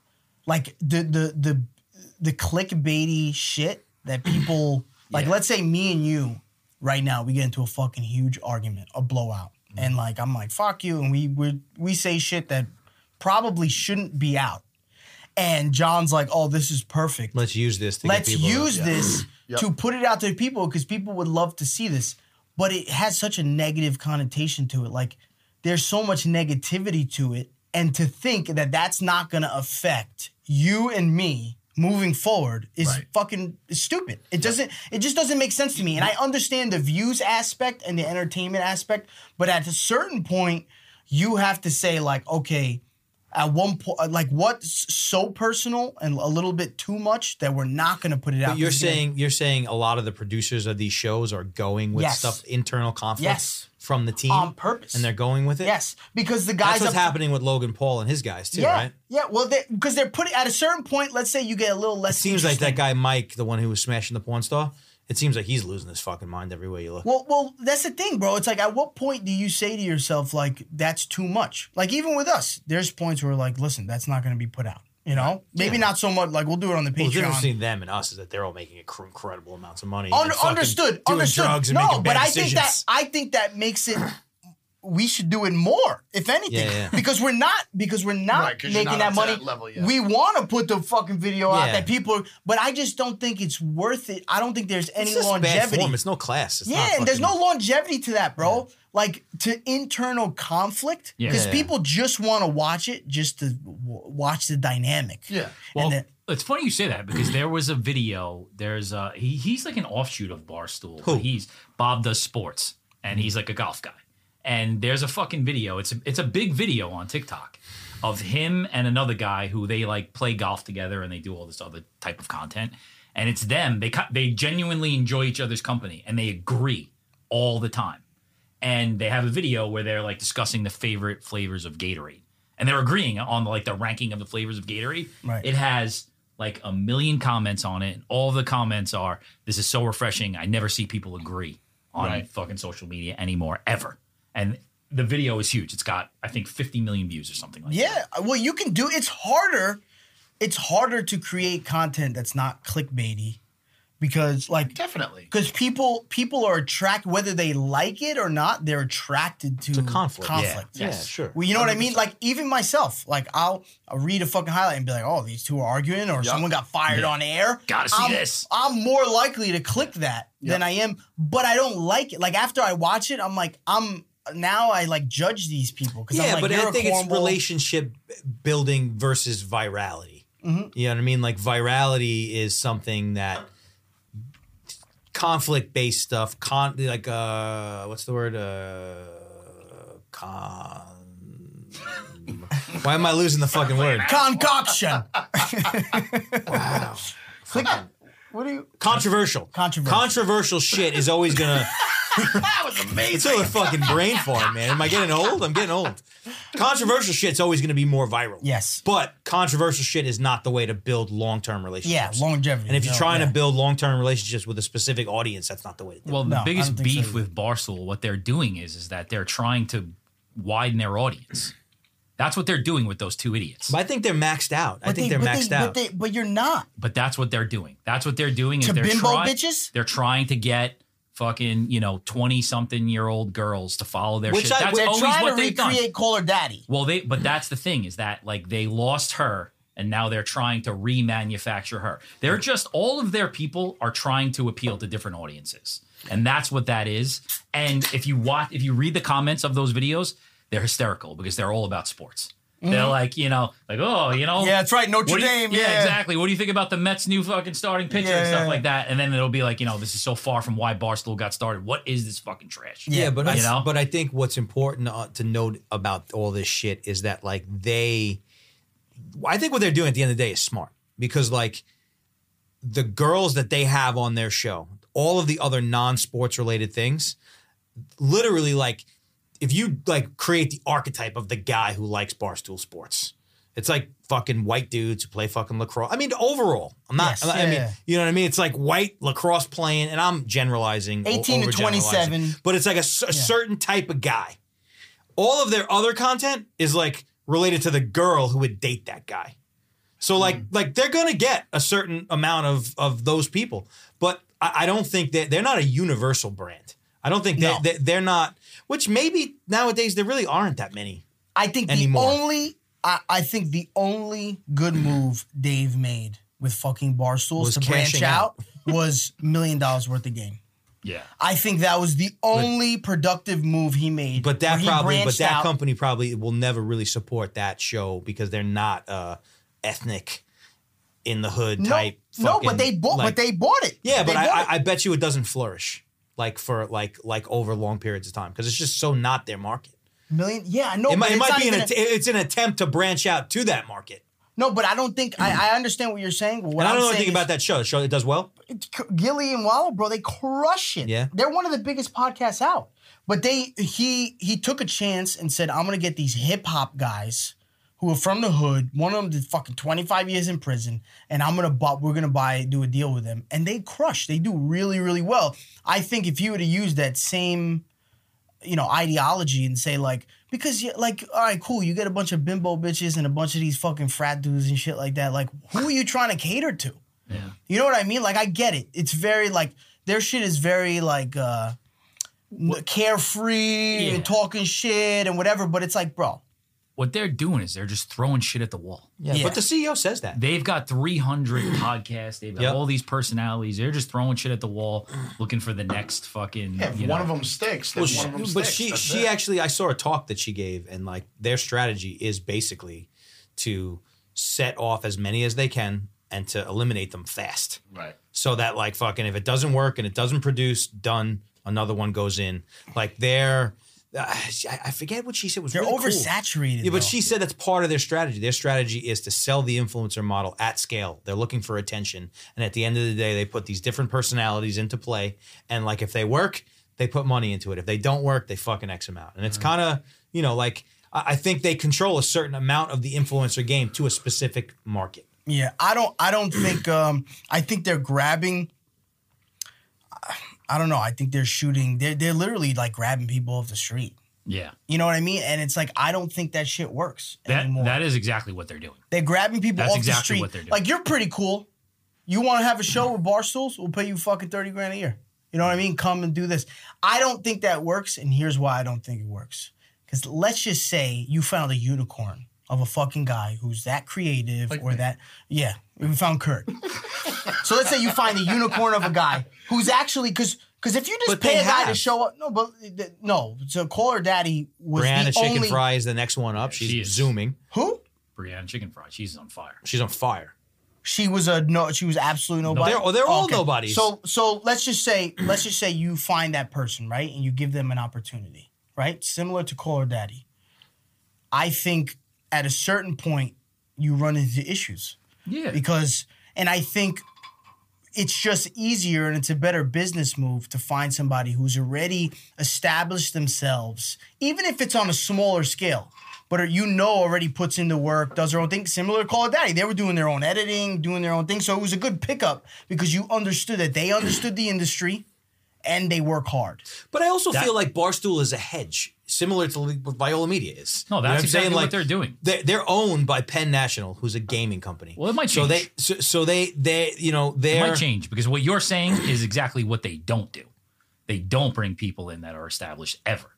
Speaker 1: like the the the the clickbaity shit that people like, let's say me and you right now, we get into a fucking huge argument, a blowout. And like I'm like, fuck you, and we we we say shit that probably shouldn't be out. And John's like, oh, this is perfect
Speaker 2: Let's use this. To get
Speaker 1: let's
Speaker 2: people to-
Speaker 1: use this to put it out to people because people would love to see this but it has such a negative connotation to it like there's so much negativity to it and to think that that's not going to affect you and me moving forward is fucking stupid it doesn't it just doesn't make sense to me and i understand the views aspect and the entertainment aspect but at a certain point you have to say like okay at one point, like what's so personal and a little bit too much that we're not going to put it out.
Speaker 2: But you're
Speaker 1: 'Cause gonna-
Speaker 2: saying you're saying a lot of the producers of these shows are going with
Speaker 1: Yes.
Speaker 2: stuff internal conflict
Speaker 1: Yes.
Speaker 2: from the team
Speaker 1: On purpose.
Speaker 2: and they're going with it.
Speaker 1: yes, because the guys
Speaker 2: that's what's
Speaker 1: up-
Speaker 2: happening with Logan Paul and his guys too,
Speaker 1: Yeah,
Speaker 2: right?
Speaker 1: yeah. Well, because they, are putting at a certain point. Let's say you get a little less.
Speaker 2: Seems like that
Speaker 1: interesting.
Speaker 2: guy Mike, the one who was smashing the porn star. It seems like he's losing his fucking mind every way you look.
Speaker 1: Well, well, that's the thing, bro. It's like at what point do you say to yourself like that's too much? Like even with us, there's points where like, listen, that's not going to be put out. You know, maybe not so much. Like we'll do it on the
Speaker 2: Well, the
Speaker 1: Patreon.
Speaker 2: difference between them and us is that they're all making inc- incredible amounts of money.
Speaker 1: Un-
Speaker 2: and fucking
Speaker 1: understood.
Speaker 2: doing
Speaker 1: Understood.
Speaker 2: drugs and
Speaker 1: no,
Speaker 2: making bad
Speaker 1: but I
Speaker 2: decisions.
Speaker 1: think that I think that makes it. We should do it more, if anything,
Speaker 2: Yeah, yeah.
Speaker 1: because we're not because we're not
Speaker 3: Right, 'cause you're
Speaker 1: making that
Speaker 3: not up to
Speaker 1: money.
Speaker 3: that level yet.
Speaker 1: We want to put the fucking video out
Speaker 2: Yeah.
Speaker 1: that people, are, but I just don't think it's worth it. I don't think there's any
Speaker 2: it's just
Speaker 1: longevity.
Speaker 2: bad form. It's no class. It's
Speaker 1: yeah,
Speaker 2: not
Speaker 1: and there's no
Speaker 2: fucking-
Speaker 1: longevity to that, bro. Like to internal conflict,
Speaker 4: Yeah.
Speaker 1: because
Speaker 2: Yeah.
Speaker 1: people just want to watch it just to w- watch the dynamic.
Speaker 3: Yeah.
Speaker 4: Well,
Speaker 1: and then,
Speaker 4: it's funny you say that because there was a video. There's a he, he's like an offshoot of Barstool. Who? He's Bob does sports and he's like a golf guy. and there's a fucking video. It's a, it's a big video on TikTok of him and another guy who they like play golf together and they do all this other type of content. And it's them. They co- they genuinely enjoy each other's company and they agree all the time. And they have a video where they're like discussing the favorite flavors of Gatorade. And they're agreeing on like the ranking of the flavors of Gatorade.
Speaker 1: Right.
Speaker 4: It has like a million comments on it. And all the comments are, this is so refreshing. I never see people agree on
Speaker 5: Right.
Speaker 4: fucking social media anymore, ever. And the video is huge. It's got, I think, 50 million views or something like that.
Speaker 1: Yeah. Well, you can do. It's harder. It's harder to create content that's not clickbaity, because like
Speaker 5: Definitely.
Speaker 1: because people people are attracted whether they like it or not. They're attracted to,
Speaker 2: conflict. Yeah.
Speaker 1: Conflict.
Speaker 2: Yeah, sure.
Speaker 1: Well, you know what I mean? Like even myself, like I'll, I'll read a fucking highlight and be like, "Oh, these two are arguing," or "Someone got fired on air."
Speaker 4: Gotta see
Speaker 1: I'm,
Speaker 4: this.
Speaker 1: I'm more likely to click that than I am, but I don't like it. Like after I watch it, I'm like, I'm now I like judge these people because
Speaker 2: yeah,
Speaker 1: I'm like,
Speaker 2: but
Speaker 1: "You're
Speaker 2: I
Speaker 1: a
Speaker 2: think it's
Speaker 1: cornball."
Speaker 2: relationship building versus virality.
Speaker 1: Mm-hmm.
Speaker 2: You know what I mean? Like virality is something that conflict based stuff, con like uh, what's the word? Uh, con. Why am I losing the fucking word?
Speaker 1: Concoction.
Speaker 3: What do you?
Speaker 2: Controversial.
Speaker 1: Controversial.
Speaker 2: Controversial shit is always gonna.
Speaker 5: That was amazing.
Speaker 2: It's all a fucking brain fart, man. Am I getting old? I'm getting old. Controversial shit's always going to be more viral.
Speaker 1: Yes.
Speaker 2: But controversial shit is not the way to build long term
Speaker 1: Yeah,
Speaker 2: relationships.
Speaker 1: longevity.
Speaker 2: And if you're
Speaker 1: No,
Speaker 2: trying
Speaker 1: yeah.
Speaker 2: to build long term relationships with a specific audience, that's not the way to do
Speaker 4: Well, the
Speaker 1: No, I
Speaker 4: biggest
Speaker 1: don't think so
Speaker 4: beef
Speaker 1: either.
Speaker 4: with Barstool, what they're doing is, is that they're trying to widen their audience. That's what they're doing with those two idiots.
Speaker 2: it. But I think they're maxed out. I think
Speaker 1: they-
Speaker 2: they, are
Speaker 1: but
Speaker 2: maxed
Speaker 1: they-
Speaker 2: out.
Speaker 1: But, they, but you're not.
Speaker 4: But that's what they're doing. That's what they're doing. Is
Speaker 1: To
Speaker 4: they're
Speaker 1: bimbo
Speaker 4: try-
Speaker 1: bitches?
Speaker 4: They're trying to get fucking you know twenty something year old girls to follow their
Speaker 2: Which
Speaker 4: shit.
Speaker 2: I-
Speaker 4: that's
Speaker 2: we're
Speaker 1: They're
Speaker 4: always
Speaker 1: trying
Speaker 4: what
Speaker 1: to
Speaker 4: they've done.
Speaker 1: recreate Caller Daddy.
Speaker 4: Well, they but that's the thing is that like they lost her and now they're trying to remanufacture her. They're just all of their people are trying to appeal to different audiences. And that's what that is. And if you watch if you read the comments of those videos, they're hysterical because they're all about sports. They're like, you know, like, oh, you know,
Speaker 1: Mm-hmm. Yeah, that's right. Notre
Speaker 4: what do you-
Speaker 1: Dame.
Speaker 4: yeah,
Speaker 1: Yeah,
Speaker 4: exactly. What do you think about the Mets' new fucking starting pitcher and
Speaker 1: Yeah.
Speaker 4: stuff like that? And then it'll be like, you know, this is so far from why Barstool got started. What is this fucking trash?
Speaker 2: Yeah, but I,
Speaker 4: you know?
Speaker 2: but I think what's important uh, to note about all this shit is that like they, I think what they're doing at the end of the day is smart because like the girls that they have on their show, all of the other non-sports related things, literally like if you like create the archetype of the guy who likes barstool sports. It's like fucking white dudes who play fucking lacrosse. I mean, overall, I'm not.
Speaker 1: Yes,
Speaker 2: I mean,
Speaker 1: yeah.
Speaker 2: you know what I mean. It's like white lacrosse playing, and I'm generalizing. o-
Speaker 1: 18 to
Speaker 2: overgeneralizing.
Speaker 1: 27.
Speaker 2: But it's like a, cer- a certain type of guy. All of their other content is like related to the girl who would date that guy. So
Speaker 1: Hmm.
Speaker 2: like like they're gonna get a certain amount of of those people, but I, I don't think that they're not a universal brand. I don't think
Speaker 1: No.
Speaker 2: that that they're not. Which maybe nowadays there really aren't that many.
Speaker 1: I think
Speaker 2: Anymore.
Speaker 1: the only I, I think the only good move Dave made with fucking Barstools
Speaker 2: Was
Speaker 1: to branch
Speaker 2: cashing
Speaker 1: out, was million dollars worth of game.
Speaker 4: Yeah.
Speaker 1: I think that was the only productive move he made.
Speaker 2: But that
Speaker 1: where he
Speaker 2: probably, but
Speaker 1: branched
Speaker 2: that
Speaker 1: out.
Speaker 2: company probably will never really support that show because they're not uh, ethnic, in the hood
Speaker 1: no,
Speaker 2: type.
Speaker 1: no,
Speaker 2: fucking,
Speaker 1: but they bought,
Speaker 2: like-
Speaker 1: but they bought it.
Speaker 2: Yeah,
Speaker 1: They
Speaker 2: but I,
Speaker 1: bought
Speaker 2: I,
Speaker 1: it.
Speaker 2: I bet you it doesn't flourish like for like like over long periods of time because it's just so not their market.
Speaker 1: million. Yeah, I know.
Speaker 2: It
Speaker 1: Oh, but
Speaker 2: might, it
Speaker 1: it's
Speaker 2: might
Speaker 1: not
Speaker 2: be an
Speaker 1: even a-
Speaker 2: att- it's an attempt to branch out to that market.
Speaker 1: no, but I don't think I, I understand what you're saying. But what
Speaker 2: Hmm. And I
Speaker 1: I'm
Speaker 2: don't know
Speaker 1: saying
Speaker 2: anything
Speaker 1: is-
Speaker 2: about that show. The show it does well.
Speaker 1: Gilly and Wallow, bro, they crush it.
Speaker 2: Yeah.
Speaker 1: They're one of the biggest podcasts out. But they he he took a chance and said, I'm gonna get these hip hop guys who are from the hood. One of them did fucking 25 years in prison, and I'm gonna buy we're gonna buy do a deal with them. And they crush. They do really, really well. I think if you were to use that same you know ideology and say like because you like all right cool you get a bunch of bimbo bitches and a bunch of these fucking frat dudes and shit like that like who are you trying to cater to
Speaker 4: Yeah.
Speaker 1: you know what I mean? Like I get it. It's very like their shit is very like uh n- carefree
Speaker 4: Yeah.
Speaker 1: and talking shit and whatever, but it's like, bro,
Speaker 4: What they're doing is they're just throwing shit at the wall.
Speaker 1: Yeah.
Speaker 2: But the CEO says that.
Speaker 4: They've got 300 podcasts. They've got
Speaker 2: Yep.
Speaker 4: all these personalities. They're just throwing shit at the wall, looking for the next fucking.
Speaker 5: Yeah, if
Speaker 4: you
Speaker 5: one
Speaker 4: know.
Speaker 5: of them sticks, then
Speaker 2: Well,
Speaker 5: one
Speaker 2: she-
Speaker 5: of them
Speaker 2: but
Speaker 5: sticks.
Speaker 2: she
Speaker 5: That's
Speaker 2: she
Speaker 5: it.
Speaker 2: actually I saw a talk that she gave and like their strategy is basically to set off as many as they can and to eliminate them fast.
Speaker 5: Right.
Speaker 2: so that like fucking if it doesn't work and it doesn't produce done another one goes in like they're uh, she- I I forget what she said was
Speaker 1: They're
Speaker 2: really cool.
Speaker 1: oversaturated.
Speaker 2: Yeah, but
Speaker 1: though.
Speaker 2: she said that's part of their strategy. Their strategy is to sell the influencer model at scale. They're looking for attention. And at the end of the day, they put these different personalities into play. And like if they work, they put money into it. If they don't work, they fucking X them out. And
Speaker 1: Mm-hmm.
Speaker 2: it's kind of, you know, like I I think they control a certain amount of the influencer game to a specific market.
Speaker 1: Yeah, I don't. I don't think. Um, I think they're grabbing. I don't know. I think they're shooting. They're they're literally like grabbing people off the street.
Speaker 4: Yeah,
Speaker 1: You know what I mean? And it's like I don't think that shit works
Speaker 4: that
Speaker 1: anymore.
Speaker 4: that is exactly what they're doing.
Speaker 1: they're grabbing people
Speaker 4: That's
Speaker 1: off the
Speaker 4: exactly
Speaker 1: street.
Speaker 4: what they're doing.
Speaker 1: Like you're pretty cool. You want to have a show with barstools? We'll pay you fucking thirty grand a year. You know what I mean? Come and do this. I don't think that works, and here's why I don't think it works. Because let's just say you found a unicorn of a fucking guy who's that creative or that yeah. We found Kurt. so let's say you find the unicorn of a guy who's actually because because if you just
Speaker 2: But
Speaker 1: pay
Speaker 2: they
Speaker 1: a guy to
Speaker 2: have.
Speaker 1: show up, no, but th- no. So Caller Daddy was
Speaker 2: Brianna
Speaker 1: the
Speaker 2: Chicken
Speaker 1: only
Speaker 2: Fry is the next one up. She's
Speaker 4: she is.
Speaker 2: zooming.
Speaker 1: who
Speaker 4: Brianna Chicken Fry, she's on fire.
Speaker 2: She's on fire.
Speaker 1: She was a no. She was absolutely nobody.
Speaker 2: They're- they're all nobodies.
Speaker 1: So so let's just say let's just say you find that person right, and you give them an opportunity, right? Similar to Call or Daddy. I think at a certain point you run into issues
Speaker 4: Yeah,
Speaker 1: because, and I think it's just easier and it's a better business move to find somebody who's already established themselves, even if it's on a smaller scale. But you know, already puts in the work, does her own thing. Similar to Call of Daddy, they were doing their own editing, doing their own thing. So it was a good pickup because you understood that they understood the industry, and they work hard.
Speaker 2: But I also
Speaker 4: That-
Speaker 2: feel like Barstool is a hedge, similar to what Viola Media is.
Speaker 4: No, that's exactly what they're doing.
Speaker 2: They're, they're owned by Penn National, who's a gaming company.
Speaker 4: Well, it might
Speaker 2: So they,
Speaker 4: change.
Speaker 2: so, so they, they, you know,
Speaker 4: it
Speaker 2: they're
Speaker 4: might change because what you're saying is exactly what they don't do. They don't bring people in that are established ever.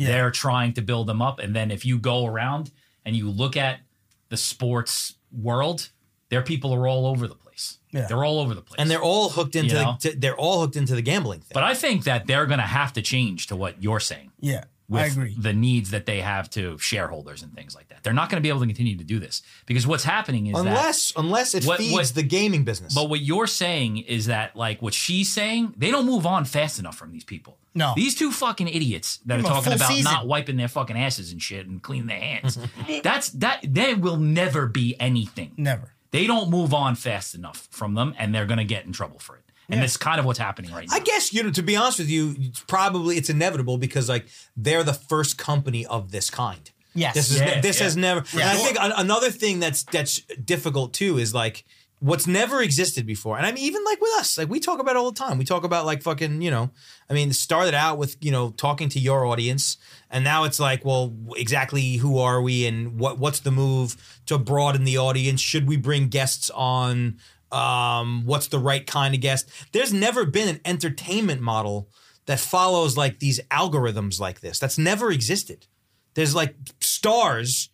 Speaker 4: They're trying to build them up, and then if you go around and you look at the sports world, their people are all over the place.
Speaker 1: Yeah.
Speaker 4: They're all over the place,
Speaker 2: and they're all hooked into,
Speaker 4: You know?
Speaker 2: the, to, they're all hooked into the gambling thing.
Speaker 4: But I think that they're going to have to change to what you're saying.
Speaker 1: Yeah,
Speaker 4: with
Speaker 1: I agree.
Speaker 4: the needs that they have to shareholders and things like that. They're not going to be able to continue to do this because what's happening is that.
Speaker 2: unless, unless it
Speaker 4: What-
Speaker 2: feeds
Speaker 4: what-
Speaker 2: the gaming business.
Speaker 4: But what you're saying is that, like, what she's saying, they don't move on fast enough from these people.
Speaker 1: No.
Speaker 4: These two fucking idiots
Speaker 1: Give
Speaker 4: that are
Speaker 1: them a
Speaker 4: talking
Speaker 1: full
Speaker 4: about
Speaker 1: season.
Speaker 4: not wiping their fucking asses and shit and cleaning their hands. That's that, they will never be anything.
Speaker 1: Never.
Speaker 4: They don't move on fast enough from them and they're going to get in trouble for it. And that's kind of what's happening right now.
Speaker 2: I guess you know. To be honest with you, it's probably it's inevitable because like they're the first company of this kind.
Speaker 1: Yes.
Speaker 2: this is
Speaker 4: Yeah,
Speaker 2: this
Speaker 4: yeah.
Speaker 2: has never. And I think an- another thing that's that's difficult too is like what's never existed before. And I mean, even like with us, like we talk about it all the time. We talk about like fucking you know. I mean, it started out with you know talking to your audience, and now it's like, well, exactly who are we, and what what's the move to broaden the audience? Should we bring guests on? um, what's the right kind of guest. There's never been an entertainment model that follows like these algorithms like this. That's never existed. There's like stars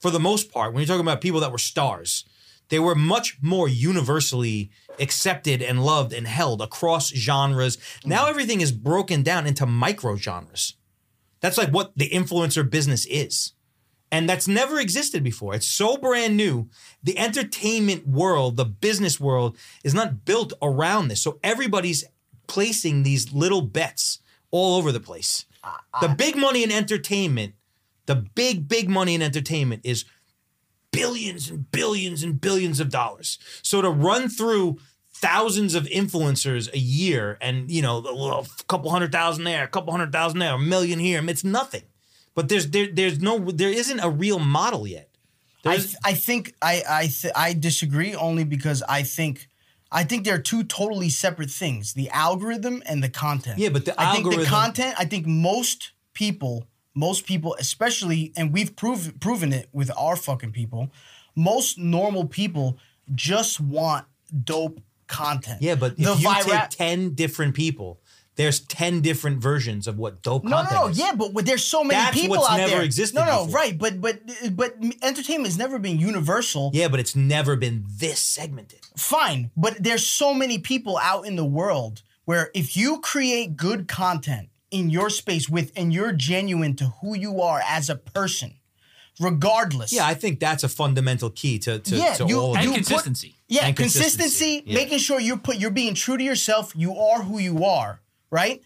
Speaker 2: for the most part. When you're talking about people that were stars, they were much more universally accepted and loved and held across genres. Now everything is broken down into micro genres. That's like what the influencer business is. And that's never existed before. It's so brand new. The entertainment world, the business world is not built around this. So everybody's placing these little bets all over the place. The big money in entertainment, the big, big money in entertainment is billions and billions and billions of dollars. So to run through thousands of influencers a year and, you know, a little- a couple hundred thousand there, a couple hundred thousand there, a million here, it's nothing. But there's there, there's no there isn't a real model yet.
Speaker 1: I,
Speaker 2: There's,
Speaker 1: th- I think I I th- I disagree only because I think I think they're two totally separate things: the algorithm and the content.
Speaker 2: Yeah, but the
Speaker 1: I think
Speaker 2: algorithm-
Speaker 1: the content. I think most people, most people, especially, and we've proved proven it with our fucking people. Most normal people just want dope content.
Speaker 2: yeah, but if
Speaker 1: the
Speaker 2: you
Speaker 1: vira-
Speaker 2: take ten different people, there's ten different versions of what dope
Speaker 1: no, no,
Speaker 2: content
Speaker 1: no.
Speaker 2: is.
Speaker 1: Yeah, but there's so many
Speaker 2: That's
Speaker 1: people
Speaker 2: what's
Speaker 1: out
Speaker 2: never
Speaker 1: there.
Speaker 2: existed
Speaker 1: no, no,
Speaker 2: before.
Speaker 1: right. But but but entertainment's never been universal.
Speaker 2: Yeah, but it's never been this segmented.
Speaker 1: fine but there's so many people out in the world where if you create good content in your space with and you're genuine to who you are as a person regardless
Speaker 2: Yeah, I think that's a fundamental key to to,
Speaker 1: Yeah,
Speaker 2: to
Speaker 1: you-
Speaker 2: all of
Speaker 4: and
Speaker 1: you
Speaker 2: it.
Speaker 1: put-
Speaker 4: consistency.
Speaker 1: yeah
Speaker 2: And
Speaker 1: consistency,
Speaker 2: consistency, yeah.
Speaker 1: making sure you're put you're being true to yourself you are who you are right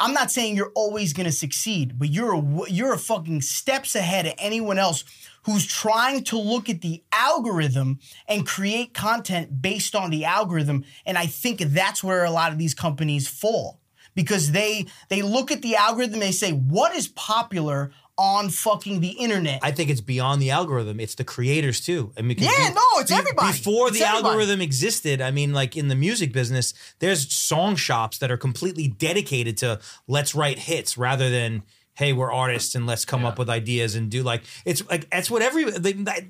Speaker 1: I'm not saying you're always going to succeed, but you're a, w- you're a fucking steps ahead of anyone else who's trying to look at the algorithm and create content based on the algorithm. And I think that's where a lot of these companies fall because they they look at the algorithm they say what is popular on fucking the internet.
Speaker 2: I think it's beyond the algorithm. It's the creators too. I mean, 'cause
Speaker 1: Yeah,
Speaker 2: be-
Speaker 1: no, it's everybody.
Speaker 2: Before
Speaker 1: It's
Speaker 2: the
Speaker 1: everybody.
Speaker 2: algorithm existed, I mean, like in the music business, there's song shops that are completely dedicated to let's write hits rather than hey, we're artists and let's come up with ideas and do like it's like that's what every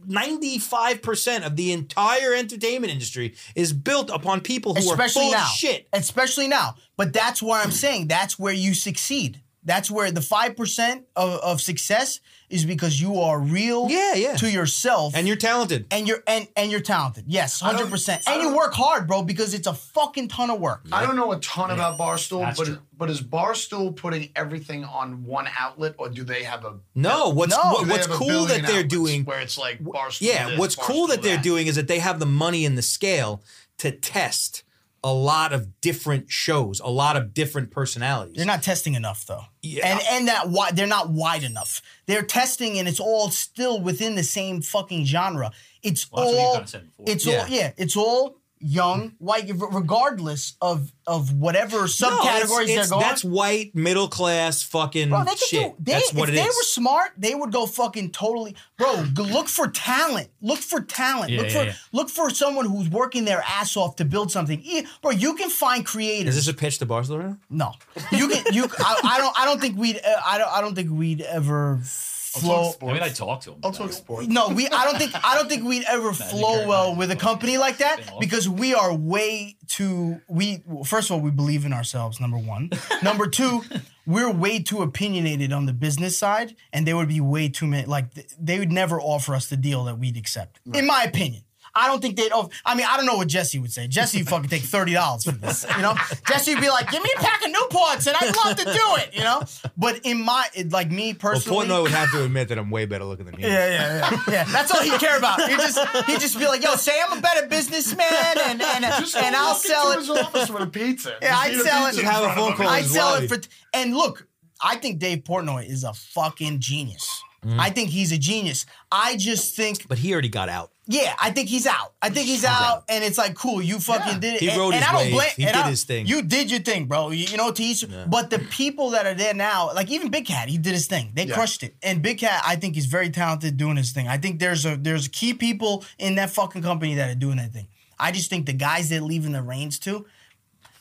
Speaker 2: ninety five percent of the entire entertainment industry is built upon people who
Speaker 1: especially
Speaker 2: are full
Speaker 1: now.
Speaker 2: of shit.
Speaker 1: Especially now. But that's why I'm saying that's where you succeed. That's where the five percent of, of success is because you are real
Speaker 2: Yeah, yeah.
Speaker 1: to yourself
Speaker 2: And you're talented.
Speaker 1: and you're and, and you're talented. Yes,
Speaker 3: don't-
Speaker 1: hundred percent.
Speaker 3: I
Speaker 1: And you
Speaker 3: don't-
Speaker 1: work hard, bro, because it's a fucking ton of work.
Speaker 3: I don't know a ton about Barstool,
Speaker 4: That's
Speaker 3: but
Speaker 4: true.
Speaker 3: but is Barstool putting everything on one outlet, or do they have a
Speaker 2: no, what's
Speaker 1: No.
Speaker 2: what,
Speaker 3: do they
Speaker 2: what's
Speaker 3: have a
Speaker 2: cool
Speaker 3: billion
Speaker 2: that they're
Speaker 3: outlets
Speaker 2: doing
Speaker 3: where it's like Barstool?
Speaker 2: Yeah,
Speaker 3: this,
Speaker 2: what's cool
Speaker 3: Barstool
Speaker 2: that they're
Speaker 3: that.
Speaker 2: doing is that they have the money and the scale to test a lot of different shows, a lot of different personalities.
Speaker 1: They're not testing enough though.
Speaker 2: Yeah.
Speaker 1: And and that wide they're not wide enough. They're testing and it's all still within the same fucking genre. It's
Speaker 4: Well, that's what you
Speaker 1: all
Speaker 4: kinda said before.
Speaker 1: it's
Speaker 2: Yeah.
Speaker 1: all yeah, it's all young white regardless of of whatever
Speaker 2: No, it's-
Speaker 1: subcategories
Speaker 2: it's-
Speaker 1: they're going
Speaker 2: That's white, middle class, fucking
Speaker 1: Bro, they could
Speaker 2: shit.
Speaker 1: do. They,
Speaker 2: that's what
Speaker 1: if
Speaker 2: it
Speaker 1: they
Speaker 2: is.
Speaker 1: were smart, they would go fucking totally. Bro, g- look for talent. Look for talent.
Speaker 4: Yeah,
Speaker 1: look
Speaker 4: yeah,
Speaker 1: for
Speaker 4: yeah.
Speaker 1: look for someone who's working their ass off to build something. E- Bro, you can find
Speaker 2: is
Speaker 1: creators.
Speaker 2: this a pitch to Barcelona?
Speaker 1: no, you can. You. I, I don't. I don't think we'd. Uh, I don't. I don't think we'd ever flow.
Speaker 4: I mean, I talk to him.
Speaker 3: I'll
Speaker 4: about
Speaker 3: talk
Speaker 4: it.
Speaker 3: sports.
Speaker 1: No, we. I don't think. I don't think we'd ever flow
Speaker 4: you're
Speaker 1: well
Speaker 4: right.
Speaker 1: with a company like that
Speaker 4: Fucking awesome.
Speaker 1: because we are way too. We first of all, we believe in ourselves. Number one. number two, we're way too opinionated on the business side, and they would be way too many. Like th- they would never offer us the deal that we'd accept, in my opinion. I don't think they'd. Off- I mean, I don't know what Jesse would say. Jesse would fucking take thirty dollars for this, you know. Jesse would be like, "Give me a pack of Newports, and I'd love to do it," you know. But in my, like me
Speaker 2: Well,
Speaker 1: personally,
Speaker 2: Portnoy would have to admit that I'm way better looking than he. is.
Speaker 1: yeah, yeah, yeah. yeah. That's all he'd care about. He'd just, he'd just be like, yo, say I'm a better businessman and, and,
Speaker 3: Just
Speaker 1: and
Speaker 3: go
Speaker 1: I'll
Speaker 3: walk
Speaker 1: sell
Speaker 3: into
Speaker 1: it.
Speaker 3: His office with a pizza.
Speaker 1: Yeah, I'd
Speaker 3: Just eat a
Speaker 1: sell it.
Speaker 3: pizza in
Speaker 2: Have a
Speaker 3: front
Speaker 2: phone
Speaker 3: of
Speaker 2: call.
Speaker 3: him.
Speaker 1: I'd
Speaker 2: his
Speaker 1: sell
Speaker 2: lobby.
Speaker 1: it for. T- and look, I think Dave Portnoy is a fucking genius. I think he's a genius. I just think,
Speaker 2: But he already got out.
Speaker 1: yeah, I think he's out. I think he's out, and it's like, cool, you fucking did it.
Speaker 2: He
Speaker 1: and,
Speaker 2: rode
Speaker 1: and
Speaker 2: his
Speaker 1: I don't
Speaker 2: wave.
Speaker 1: blame.
Speaker 2: He
Speaker 1: and
Speaker 2: did
Speaker 1: I-
Speaker 2: his thing.
Speaker 1: You did your thing, bro. You, you know, to each. But the people that are there now, like even Big Cat, he did his thing. They
Speaker 3: Yeah.
Speaker 1: crushed it. And Big Cat, I think, is very talented doing his thing. I think there's a there's key people in that fucking company that are doing that thing. I just think the guys that leaving the reins to,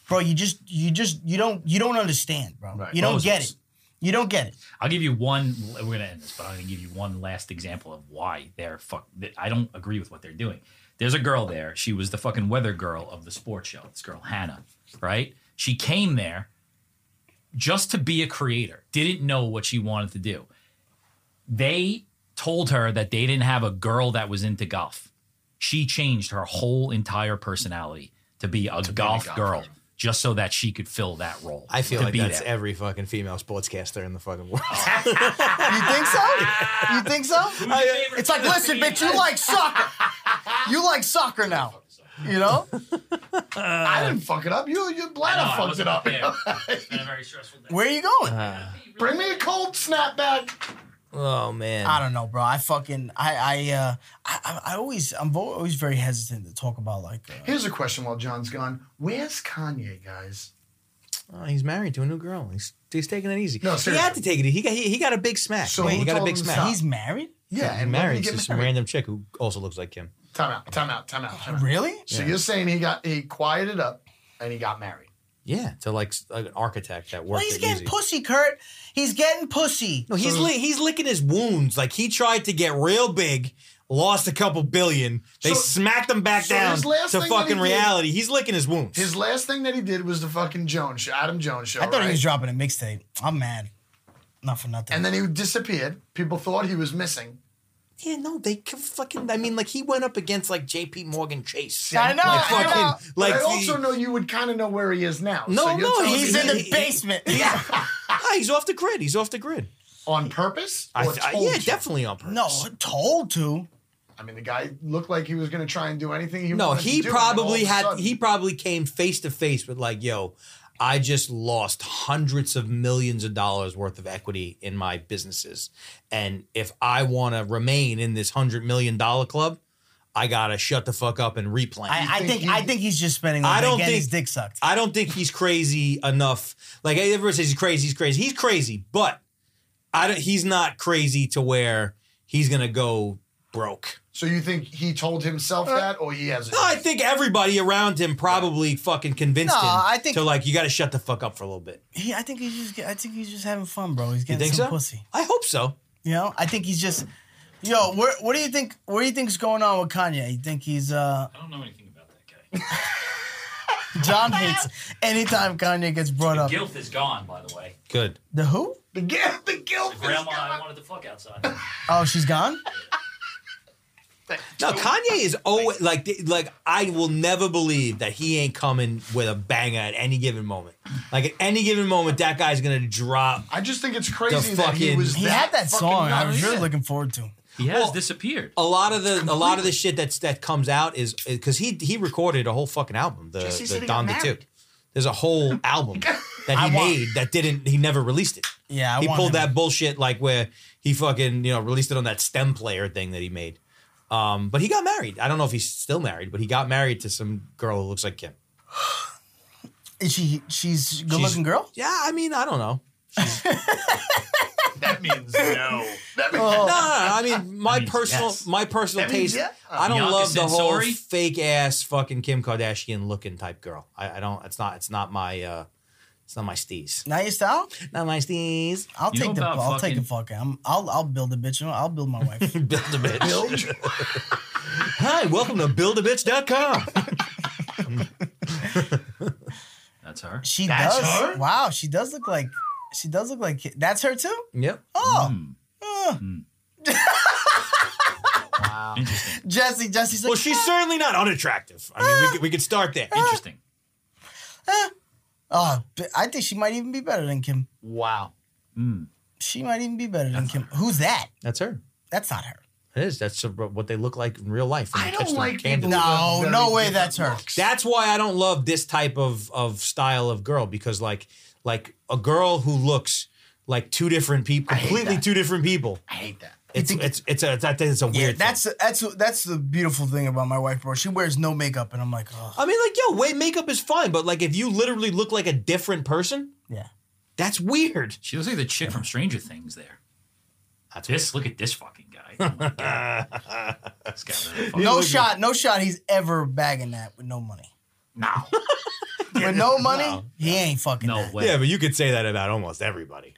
Speaker 1: bro, you just you just you don't you don't understand, bro.
Speaker 3: Right.
Speaker 1: You don't
Speaker 4: Moses.
Speaker 1: get it. You don't get it.
Speaker 4: I'll give you one. We're gonna end this, but I'm gonna give you one last example of why they're fuck. that I don't agree with what they're doing. There's a girl there. She was the fucking weather girl of the sports show. This girl Hannah, right? She came there just to be a creator. Didn't know what she wanted to do. They told her that they didn't have a girl that was into golf. She changed her whole entire personality to be a, golf,
Speaker 3: golfer.
Speaker 4: girl just so that she could fill that role.
Speaker 2: I feel
Speaker 4: to
Speaker 2: like
Speaker 4: be
Speaker 2: that's
Speaker 4: there.
Speaker 2: every fucking female sportscaster in the fucking world.
Speaker 1: You think so? You think so? uh, It's like, listen, bitch, you like soccer. You like soccer now. You know?
Speaker 3: I didn't fuck it up. You, you bladder
Speaker 4: No, I
Speaker 3: fucked it
Speaker 4: wasn't
Speaker 3: up.
Speaker 4: there. It's been a very stressful day.
Speaker 1: Where are you going?
Speaker 2: Uh,
Speaker 3: Bring me a cold snapback.
Speaker 2: oh man.
Speaker 1: I don't know, bro. I fucking I I uh I, I- I always I'm vo- always very hesitant to talk about like uh,
Speaker 3: Here's a question while John's gone. Where's Kanye, guys?
Speaker 2: Oh, he's married to a new girl. He's he's taking it easy.
Speaker 3: No,
Speaker 2: He had
Speaker 3: seriously.
Speaker 2: to take it. easy. He got he, he got a big smack.
Speaker 3: So
Speaker 2: Wait,
Speaker 3: who
Speaker 2: he got a
Speaker 3: told
Speaker 2: big
Speaker 3: him to
Speaker 2: smack.
Speaker 3: stop?
Speaker 1: he's married?
Speaker 3: Yeah,
Speaker 2: and
Speaker 3: and when did
Speaker 2: married
Speaker 3: he
Speaker 2: to
Speaker 3: get
Speaker 2: some
Speaker 3: married?
Speaker 2: random chick who also looks like him.
Speaker 3: Time out, time out, time out, time out.
Speaker 1: Really?
Speaker 3: So you're saying he got he quieted up and he got married.
Speaker 2: Yeah, to like s- like an architect that
Speaker 1: Well,
Speaker 2: worked.
Speaker 1: he's
Speaker 2: at
Speaker 1: getting
Speaker 2: Yeezy.
Speaker 1: pussy, Kurt. He's getting pussy.
Speaker 2: No, he's li- he's licking his wounds. Like he tried to get real big, lost a couple billion. They
Speaker 3: So-
Speaker 2: smacked him back
Speaker 3: so
Speaker 2: down
Speaker 3: his last
Speaker 2: to
Speaker 3: thing that he
Speaker 2: fucking
Speaker 3: did-
Speaker 2: reality. he's licking his wounds.
Speaker 3: His last thing that he did was the fucking Jones show, Adam Jones show.
Speaker 1: I thought
Speaker 3: right?
Speaker 1: he was dropping a mixtape. I'm mad. Not for nothing.
Speaker 3: And then he disappeared. People thought he was missing.
Speaker 2: yeah, no, they c- fucking. I mean, like he went up against like J.P. Morgan Chase.
Speaker 1: I know,
Speaker 2: Like,
Speaker 1: I know.
Speaker 2: fucking,
Speaker 3: But
Speaker 2: like
Speaker 3: I also
Speaker 2: he-
Speaker 3: know you would kind of know where he is now.
Speaker 2: No,
Speaker 3: So you're
Speaker 2: no,
Speaker 3: telling
Speaker 1: he's
Speaker 3: me
Speaker 1: in the
Speaker 2: he-
Speaker 1: basement.
Speaker 2: Ah, he's off the grid. He's off the grid.
Speaker 3: on purpose.
Speaker 2: I,
Speaker 3: or
Speaker 2: th- I-
Speaker 3: told
Speaker 2: yeah,
Speaker 3: you?
Speaker 2: definitely on purpose.
Speaker 1: no, told to.
Speaker 3: I mean, the guy looked like he was going to try and do anything. He
Speaker 2: No,
Speaker 3: wanted to
Speaker 2: he
Speaker 3: do, and then all
Speaker 2: probably
Speaker 3: of a
Speaker 2: had
Speaker 3: sudden-
Speaker 2: he probably came face to face with like, yo, I just lost hundreds of millions of dollars worth of equity in my businesses. And if I want to remain in this hundred million dollar club, I gotta shut the fuck up and replant.
Speaker 1: I, I
Speaker 3: think
Speaker 1: think
Speaker 3: he-
Speaker 1: I think he's just spending.
Speaker 2: I
Speaker 1: I
Speaker 2: don't
Speaker 1: don't get
Speaker 2: think-
Speaker 1: his dick sucked.
Speaker 2: I don't think he's crazy enough. Like everyone says, he's crazy. He's crazy. He's crazy, but I don't, he's not crazy to where he's gonna go broke.
Speaker 3: So you think he told himself that, or he has?
Speaker 2: No, I think everybody around him probably fucking convinced
Speaker 1: No,
Speaker 2: him
Speaker 1: I think-
Speaker 2: to like you got to shut the fuck up for a little bit.
Speaker 1: He, I think he's just. get- I think he's just having fun, bro. He's
Speaker 2: You
Speaker 1: getting
Speaker 2: think
Speaker 1: some
Speaker 2: so?
Speaker 1: pussy.
Speaker 2: I hope so.
Speaker 1: You know. I think he's just. Yo, where, what do you think? What do you think's going on with Kanye? You think he's uh
Speaker 4: I don't know anything about that guy.
Speaker 1: John hates anytime Kanye gets brought up.
Speaker 4: Guilt is gone, by the way.
Speaker 2: Good.
Speaker 1: The who?
Speaker 3: The guilt. The guilt.
Speaker 4: Grandma, I wanted to fuck outside.
Speaker 1: Oh, she's gone.
Speaker 2: No, Kanye is always like th- like I will never believe that he ain't coming with a banger at any given moment. Like at any given moment, that guy's gonna drop.
Speaker 3: I just think it's crazy
Speaker 2: The
Speaker 3: that he
Speaker 2: fucking-
Speaker 3: was.
Speaker 1: He had that
Speaker 3: fucking
Speaker 1: song. I was
Speaker 3: nuts.
Speaker 1: really looking forward to.
Speaker 4: He has disappeared.
Speaker 2: A lot of the a lot of the shit that's that comes out is because he he recorded a whole fucking album. The,
Speaker 3: Jesse said
Speaker 2: the
Speaker 3: he got
Speaker 2: Donda two.
Speaker 3: married.
Speaker 2: There's a whole album that
Speaker 1: I
Speaker 2: he
Speaker 1: want-
Speaker 2: made that didn't he never released it.
Speaker 1: Yeah, I
Speaker 2: he
Speaker 1: want
Speaker 2: pulled
Speaker 1: him.
Speaker 2: that bullshit like where he fucking you know released it on that stem player thing that he made. Um, but he got married. I don't know if he's still married, but he got married to some girl who looks like Kim.
Speaker 1: Is she? She's a good-looking girl.
Speaker 2: Yeah, I mean, I don't know.
Speaker 3: That means no. That means
Speaker 2: No, no, no. Oh. I mean, my
Speaker 4: means
Speaker 2: personal,
Speaker 4: yes.
Speaker 2: my personal
Speaker 3: That means
Speaker 2: taste.
Speaker 3: yeah.
Speaker 2: I don't
Speaker 4: Bianca
Speaker 2: love the whole
Speaker 4: Sensori?
Speaker 2: fake ass fucking Kim Kardashian looking type girl. I, I don't. It's not. It's not my. uh It's not my steez.
Speaker 1: Now your style?
Speaker 2: Not my steez.
Speaker 1: I'll
Speaker 4: You
Speaker 1: take
Speaker 4: know
Speaker 1: the.
Speaker 4: about
Speaker 1: I'll take the
Speaker 4: fucking-
Speaker 1: fuck. I'm, I'll. I'll build a bitch. You know, I'll build my wife.
Speaker 2: Build a bitch. Hi, welcome to buildabitch.com.
Speaker 4: That's her.
Speaker 1: She
Speaker 3: That's
Speaker 1: does.
Speaker 3: her?
Speaker 1: Wow, she does look like. She does look like. That's her too.
Speaker 2: yep.
Speaker 1: Oh,
Speaker 2: Hmm. Wow.
Speaker 4: Interesting.
Speaker 1: Jesse. Jesse's like.
Speaker 2: Well, she's certainly not unattractive. I
Speaker 3: Ah!
Speaker 2: mean, we could, we could start there.
Speaker 4: Interesting.
Speaker 1: Oh, but I think she might even be better than Kim.
Speaker 2: Wow.
Speaker 1: She might even be better than Kim. Who's that?
Speaker 2: That's her.
Speaker 1: That's not her.
Speaker 2: It is. That's what they look like in real life. when
Speaker 3: I
Speaker 2: you
Speaker 3: don't
Speaker 2: touch them
Speaker 3: like people.
Speaker 2: candidly.
Speaker 1: No,
Speaker 3: Very
Speaker 1: no way.
Speaker 3: different
Speaker 1: That's her.
Speaker 3: looks.
Speaker 2: That's why I don't love this type of of style of girl because like like a girl who looks like two different people,
Speaker 3: hate
Speaker 2: completely
Speaker 3: that.
Speaker 2: two different people.
Speaker 3: I hate that.
Speaker 2: It's it's it's a that is a
Speaker 1: Yeah,
Speaker 2: weird.
Speaker 1: that's
Speaker 2: thing.
Speaker 1: that's that's the beautiful thing about my wife, bro. She wears no makeup, and I'm like, oh,
Speaker 2: I mean, like yo, wait, makeup is fine, but like if you literally look like a different person,
Speaker 1: yeah.
Speaker 2: that's weird.
Speaker 4: She looks like the chick from Stranger Things there.
Speaker 2: That's
Speaker 4: This, look at this fucking guy. Oh my God. This guy really fucking-
Speaker 1: No shot, no shot. He's ever bagging that with no money.
Speaker 4: No.
Speaker 1: With no money,
Speaker 2: No.
Speaker 1: he ain't fucking.
Speaker 4: No
Speaker 1: that.
Speaker 4: way.
Speaker 2: but you could say that about almost everybody.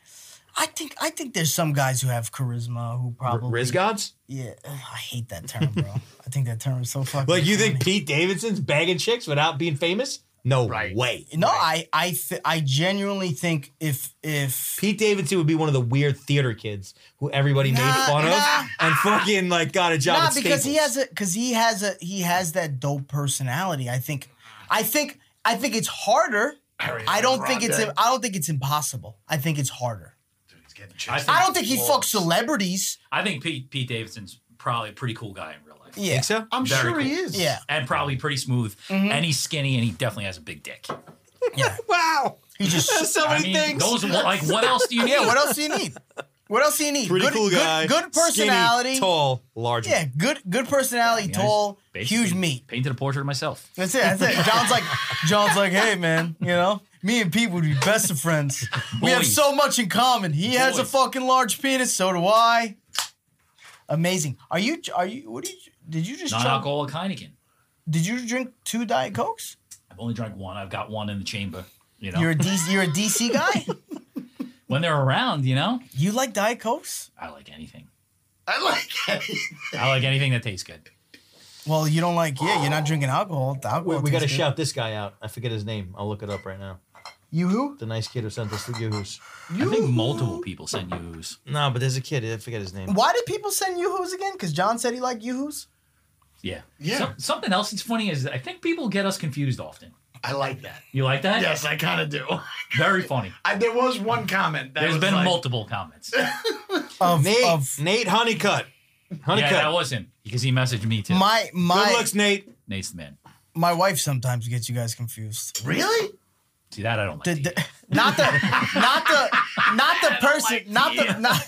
Speaker 1: I think I think there's some guys who have charisma who
Speaker 2: R-
Speaker 1: probably
Speaker 2: Riz gods?
Speaker 1: Yeah, ugh, I hate that term, bro. I think that term is so fucking.
Speaker 2: Like you think
Speaker 1: funny.
Speaker 2: Pete Davidson's bagging chicks without being famous? No
Speaker 3: Right.
Speaker 2: way.
Speaker 1: No, I I th- I genuinely think if if
Speaker 2: Pete Davidson would be one of the weird theater kids who everybody made
Speaker 1: Nah,
Speaker 2: fun
Speaker 1: nah.
Speaker 2: of and fucking like got a job.
Speaker 1: not
Speaker 2: at
Speaker 1: because he
Speaker 2: Staples.
Speaker 1: has a because he has a he has that dope personality. I think, I think I think it's harder. I don't think it's
Speaker 3: Grande.
Speaker 1: I don't think it's impossible. I think it's harder.
Speaker 3: Dude, he's getting chased.
Speaker 1: I don't think he fucks celebrities.
Speaker 4: I think Pete, Pete Davidson's probably a pretty cool guy in real life.
Speaker 1: Yeah,
Speaker 2: so?
Speaker 3: I'm
Speaker 4: Very
Speaker 3: sure he
Speaker 4: cool.
Speaker 3: is.
Speaker 1: yeah,
Speaker 4: And probably pretty smooth. And he's skinny and he definitely has a big dick.
Speaker 1: yeah.
Speaker 2: Wow.
Speaker 1: He just
Speaker 2: So
Speaker 4: I
Speaker 2: many
Speaker 4: mean,
Speaker 2: things.
Speaker 4: those are like, what else do you need?
Speaker 1: yeah. What else do you need? What else do you need?
Speaker 2: Pretty
Speaker 1: good,
Speaker 2: cool
Speaker 1: good-
Speaker 2: guy.
Speaker 1: Good, personality.
Speaker 2: Skinny, tall, large.
Speaker 1: Yeah, good good personality,
Speaker 4: I
Speaker 1: tall,
Speaker 4: just basically
Speaker 1: huge meat.
Speaker 4: Painted a portrait of myself.
Speaker 1: That's it. That's it. John's like, John's like, hey man, you know, me and Pete would be best of friends. We have
Speaker 4: Boys.
Speaker 1: so much in common. He has a
Speaker 4: Boys.
Speaker 1: fucking large penis, so do I. Amazing. Are you? Are you? What did you? Did you just?
Speaker 4: Non
Speaker 1: Chug,
Speaker 4: alcoholic Heineken.
Speaker 1: did you drink two diet cokes?
Speaker 4: I've only drank one. I've got one in the chamber. You know,
Speaker 1: You're a DC. You're a DC guy.
Speaker 4: when they're around, you know,
Speaker 1: You like diet cokes?
Speaker 4: I like anything.
Speaker 3: I like it.
Speaker 4: I like anything that tastes good.
Speaker 1: Well, you don't like. Yeah, you're not drinking alcohol. The
Speaker 2: We,
Speaker 1: alcohol
Speaker 2: got to
Speaker 1: tastes good.
Speaker 2: shout this guy out. I forget his name. I'll look it up right now.
Speaker 1: You who?
Speaker 2: The nice kid who sent us the yoo-hoos.
Speaker 4: I think multiple people send you who's.
Speaker 2: No, but there's a kid. I forget his name.
Speaker 1: Why did people send yoo-hoos again? Because John said he liked yoo-hoos.
Speaker 4: Yeah.
Speaker 3: Yeah.
Speaker 4: Some- something else that's funny is I think people get us confused often.
Speaker 3: I like that.
Speaker 4: You like that?
Speaker 3: Yes, I kind of do.
Speaker 4: Very funny.
Speaker 3: I, there was one comment. That
Speaker 4: There's
Speaker 3: was
Speaker 4: been
Speaker 3: like,
Speaker 4: multiple comments.
Speaker 1: Of,
Speaker 2: Nate.
Speaker 1: of
Speaker 2: Nate Honeycutt.
Speaker 4: yeah,
Speaker 2: Honeycutt.
Speaker 4: that was him because he messaged me too.
Speaker 1: my
Speaker 2: Good
Speaker 1: my
Speaker 2: looks, Nate.
Speaker 4: Nate's the man.
Speaker 1: my wife sometimes gets you guys confused.
Speaker 3: Really?
Speaker 4: See that I don't like.
Speaker 1: The-
Speaker 4: to eat.
Speaker 1: the- not the not the not the person not the not,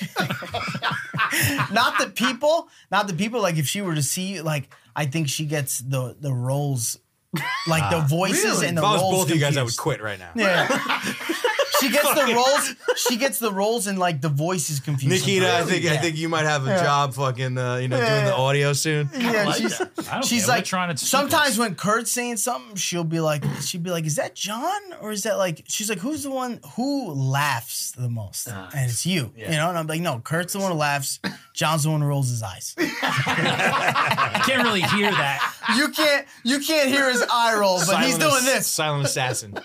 Speaker 1: not the people not the people like if she were to see like I think she gets the the roles like the voices
Speaker 3: Really?
Speaker 1: and
Speaker 2: Ah,
Speaker 1: the
Speaker 2: If I was
Speaker 1: roles
Speaker 2: both of you guys, I would
Speaker 1: confused.
Speaker 2: quit right now.
Speaker 1: yeah she gets the roles she gets the roles and like the voices confused
Speaker 2: Nikita, I
Speaker 1: sometimes.
Speaker 2: think I
Speaker 1: Yeah.
Speaker 2: think you might have a job, fucking, uh, you know, doing the audio soon.
Speaker 1: Yeah,
Speaker 4: like
Speaker 1: she's,
Speaker 4: that. I don't
Speaker 1: she's
Speaker 4: care. We're
Speaker 1: like
Speaker 4: trying to
Speaker 1: sometimes when Kurt's saying something, she'll be like, she'd be like, "Is that John or is that like?" She's like, "Who's the one who laughs the most?" and it's you, you know. And I'm like, "No, Kurt's the one who laughs. John's the one who rolls his eyes.
Speaker 4: I can't really hear that.
Speaker 1: you can't, you can't hear his eye roll, but he's
Speaker 2: Silent
Speaker 1: doing
Speaker 2: ass-
Speaker 1: this.
Speaker 2: Silent assassin.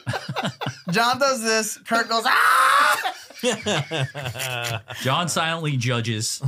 Speaker 1: John does this. Kurt goes ah
Speaker 4: John silently judges.